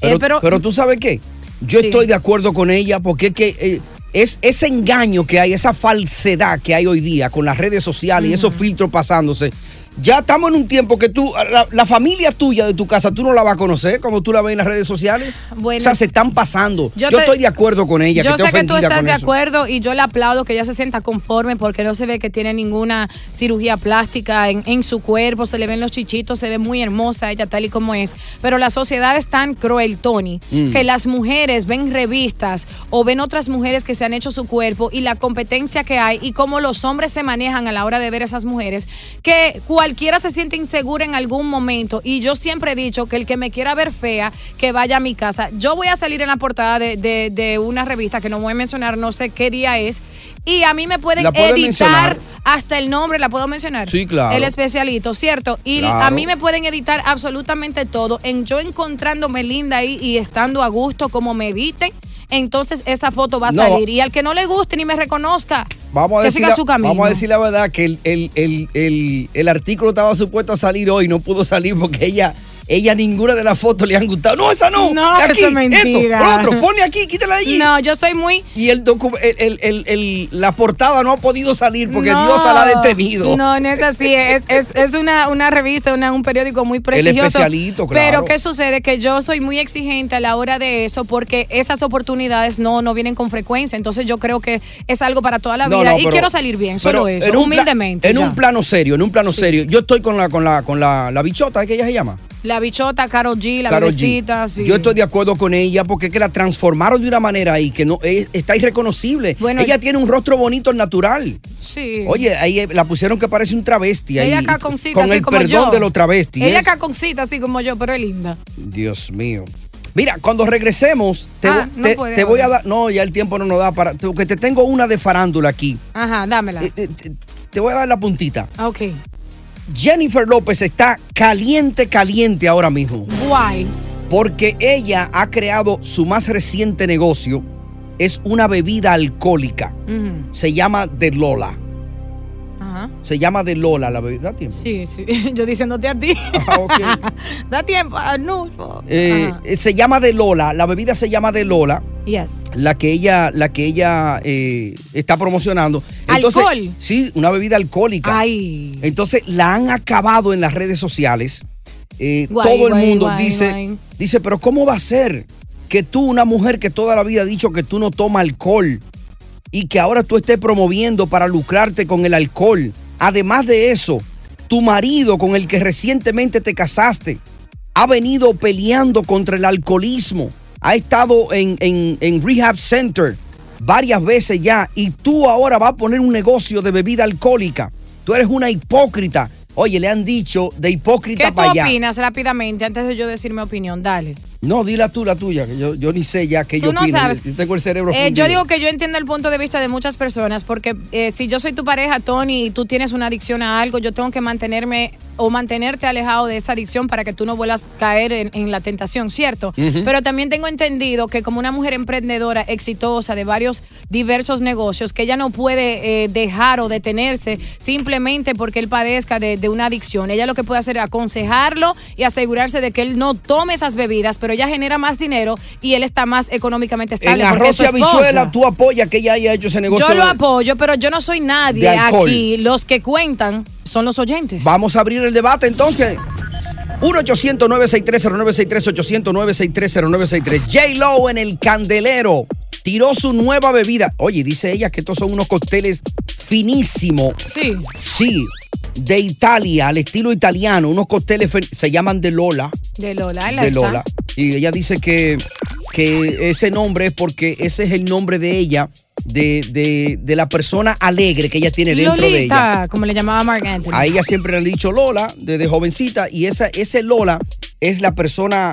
[SPEAKER 4] Eh,
[SPEAKER 3] Pero, pero tú sabes qué? Yo
[SPEAKER 4] Sí.
[SPEAKER 3] estoy de acuerdo con ella porque es que eh, es ese engaño que hay, esa falsedad que hay hoy día con las redes sociales y esos filtros pasándose. Ya estamos en un tiempo que tú, la, la familia tuya de tu casa, tú no la vas a conocer como tú la ves en las redes sociales.
[SPEAKER 4] Bueno.
[SPEAKER 3] o sea, se están pasando.
[SPEAKER 4] Yo
[SPEAKER 3] Yo,
[SPEAKER 4] te-
[SPEAKER 3] estoy de acuerdo con ella.
[SPEAKER 4] yo
[SPEAKER 3] que esté
[SPEAKER 4] sé que tú
[SPEAKER 3] ofendida
[SPEAKER 4] estás
[SPEAKER 3] con
[SPEAKER 4] de
[SPEAKER 3] eso.
[SPEAKER 4] acuerdo y yo le aplaudo que ella se sienta conforme porque no se ve que tiene ninguna cirugía plástica en, en su cuerpo, se le ven los chichitos, se ve muy hermosa ella tal y como es. Pero la sociedad es tan cruel, Tony,
[SPEAKER 2] Mm.
[SPEAKER 4] que las mujeres ven revistas o ven otras mujeres que se han hecho su cuerpo y la competencia que hay y cómo los hombres se manejan a la hora de ver esas mujeres, que cualquiera se siente insegura en algún momento. Y yo siempre he dicho que el que me quiera ver fea, que vaya a mi casa. Yo voy a salir en la portada de, de- de una revista que no voy a mencionar, no sé qué día es, y a mí me pueden
[SPEAKER 3] La puedes
[SPEAKER 4] editar
[SPEAKER 3] mencionar.
[SPEAKER 4] hasta el nombre, la puedo mencionar.
[SPEAKER 3] Sí, claro.
[SPEAKER 4] El especialito, ¿cierto? Y
[SPEAKER 3] Claro.
[SPEAKER 4] a mí me pueden editar absolutamente todo. En yo encontrándome linda ahí y estando a gusto como me editen, entonces esa foto va a
[SPEAKER 3] No.
[SPEAKER 4] salir. Y al que no le guste ni me reconozca,
[SPEAKER 3] Vamos a,
[SPEAKER 4] que
[SPEAKER 3] decir
[SPEAKER 4] siga
[SPEAKER 3] la,
[SPEAKER 4] su camino.
[SPEAKER 3] vamos a decir la verdad que el, el- el- el- el artículo estaba supuesto a salir hoy, no pudo salir porque ella, ella ninguna de las fotos le han gustado. No, esa no.
[SPEAKER 4] No,
[SPEAKER 3] de aquí,
[SPEAKER 4] eso es mentira.
[SPEAKER 3] Esto, lo otro, ponle aquí, quítala de allí.
[SPEAKER 4] No, yo soy muy...
[SPEAKER 3] Y el docu- el- el- el- el- la portada no ha podido salir porque
[SPEAKER 4] No.
[SPEAKER 3] Dios la ha detenido.
[SPEAKER 4] No, no es así. Es, es- es una, una revista, una- un periódico muy prestigioso.
[SPEAKER 3] especialito, claro.
[SPEAKER 4] Pero ¿qué sucede? Que yo soy muy exigente a la hora de eso porque esas oportunidades no, no vienen con frecuencia. Entonces yo creo que es algo para toda la
[SPEAKER 3] No,
[SPEAKER 4] vida.
[SPEAKER 3] no,
[SPEAKER 4] y
[SPEAKER 3] pero-
[SPEAKER 4] quiero salir bien,
[SPEAKER 3] pero
[SPEAKER 4] solo eso,
[SPEAKER 3] en un pla-
[SPEAKER 4] humildemente.
[SPEAKER 3] en
[SPEAKER 4] ya.
[SPEAKER 3] un plano serio, en un plano serio. Yo estoy con la, con la, con la, la bichota, ¿eh? que ella se llama?
[SPEAKER 4] La bichota, Carol G, la
[SPEAKER 3] Karol G.
[SPEAKER 4] bebecita. sí.
[SPEAKER 3] Yo estoy de acuerdo con ella porque es que la transformaron de una manera ahí que no es- está irreconocible. ella tiene un rostro bonito al natural.
[SPEAKER 4] Sí.
[SPEAKER 3] Oye, ahí eh, la pusieron que parece un travesti ahí.
[SPEAKER 4] Ella caconcita,
[SPEAKER 3] con
[SPEAKER 4] así
[SPEAKER 3] el
[SPEAKER 4] como
[SPEAKER 3] perdón
[SPEAKER 4] yo.
[SPEAKER 3] de los travestis.
[SPEAKER 4] Ella
[SPEAKER 3] ¿eh?
[SPEAKER 4] caconcita, así como yo, pero es linda.
[SPEAKER 3] Dios mío. Mira, cuando regresemos, te,
[SPEAKER 4] Ah,
[SPEAKER 3] vo-
[SPEAKER 4] no
[SPEAKER 3] te-
[SPEAKER 4] puede
[SPEAKER 3] te voy a
[SPEAKER 4] hablar.
[SPEAKER 3] dar. No, ya el tiempo no nos da para. Porque te tengo una de farándula aquí.
[SPEAKER 4] Ajá, dámela.
[SPEAKER 3] Eh, eh, te- te voy a dar la puntita.
[SPEAKER 4] Ok.
[SPEAKER 3] Jennifer López está caliente, caliente ahora mismo.
[SPEAKER 4] Guay.
[SPEAKER 3] Porque ella ha creado su más reciente negocio. Es una bebida alcohólica.
[SPEAKER 4] Ujú.
[SPEAKER 3] Se llama De Lola.
[SPEAKER 4] Ajá.
[SPEAKER 3] Se llama De Lola la bebida. ¿Da tiempo?
[SPEAKER 4] Sí, sí. (laughs) Yo diciéndote a ti. (laughs) da tiempo, Arnulfo.
[SPEAKER 3] Eh, eh, se llama De Lola. La bebida se llama De Lola.
[SPEAKER 4] Yes.
[SPEAKER 3] La que ella, la que ella eh, está promocionando.
[SPEAKER 4] ¿Alcohol?
[SPEAKER 3] Sí, una bebida alcohólica. Entonces la han acabado en las redes sociales. Eh,
[SPEAKER 4] Guay,
[SPEAKER 3] todo el
[SPEAKER 4] guay,
[SPEAKER 3] mundo
[SPEAKER 4] guay,
[SPEAKER 3] dice,
[SPEAKER 4] guay.
[SPEAKER 3] dice, pero ¿cómo va a ser que tú, una mujer que toda la vida ha dicho que tú no tomas alcohol y que ahora tú estés promoviendo para lucrarte con el alcohol? Además de eso, tu marido con el que recientemente te casaste ha venido peleando contra el alcoholismo, ha estado en, en- en rehab center varias veces ya y tú ahora vas a poner un negocio de bebida alcohólica. Tú eres una hipócrita. Oye, le han dicho de hipócrita
[SPEAKER 4] ¿Qué tú
[SPEAKER 3] para allá.
[SPEAKER 4] opinas rápidamente antes de yo decir mi opinión? Dale.
[SPEAKER 3] No, dila tú la tuya, que yo, yo ni sé ya qué
[SPEAKER 4] Tú
[SPEAKER 3] yo
[SPEAKER 4] no
[SPEAKER 3] opino.
[SPEAKER 4] sabes.
[SPEAKER 3] Yo tengo el cerebro
[SPEAKER 4] Eh, yo
[SPEAKER 3] fundido.
[SPEAKER 4] digo que yo entiendo el punto de vista de muchas personas, porque eh, si yo soy tu pareja, Tony, y tú tienes una adicción a algo, yo tengo que mantenerme o mantenerte alejado de esa adicción para que tú no vuelvas a caer en, en la tentación, ¿cierto?
[SPEAKER 2] Ujú.
[SPEAKER 4] Pero también tengo entendido que como una mujer emprendedora exitosa de varios diversos negocios, que ella no puede eh, dejar o detenerse simplemente porque él padezca de, de una adicción. Ella lo que puede hacer es aconsejarlo y asegurarse de que él no tome esas bebidas, pero ella genera más dinero y él está más económicamente
[SPEAKER 3] En
[SPEAKER 4] estable. porque es
[SPEAKER 3] arroz
[SPEAKER 4] su
[SPEAKER 3] y
[SPEAKER 4] esposa.
[SPEAKER 3] habichuela, tú apoyas que ella haya hecho ese negocio.
[SPEAKER 4] Yo lo
[SPEAKER 3] de-
[SPEAKER 4] apoyo, pero yo no soy nadie
[SPEAKER 3] de alcohol.
[SPEAKER 4] aquí. Los que cuentan son los oyentes.
[SPEAKER 3] Vamos a abrir el debate entonces. 1-800-963-0963, 800-963-0963. J-Lo en el candelero tiró su nueva bebida. Oye, dice ella que estos son unos cócteles finísimos.
[SPEAKER 4] Sí.
[SPEAKER 3] Sí, de Italia, al estilo italiano, unos cócteles fe- se llaman de Lola.
[SPEAKER 4] De Lola, Ah, la
[SPEAKER 3] De
[SPEAKER 4] está.
[SPEAKER 3] Lola. Y ella dice que, que ese nombre es porque ese es el nombre de ella, de, de- de la persona alegre que ella tiene dentro de ella.
[SPEAKER 4] Lolita, como le llamaba Mark Anthony.
[SPEAKER 3] A ella siempre le han dicho Lola desde jovencita y esa, ese Lola es la persona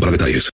[SPEAKER 13] para detalles.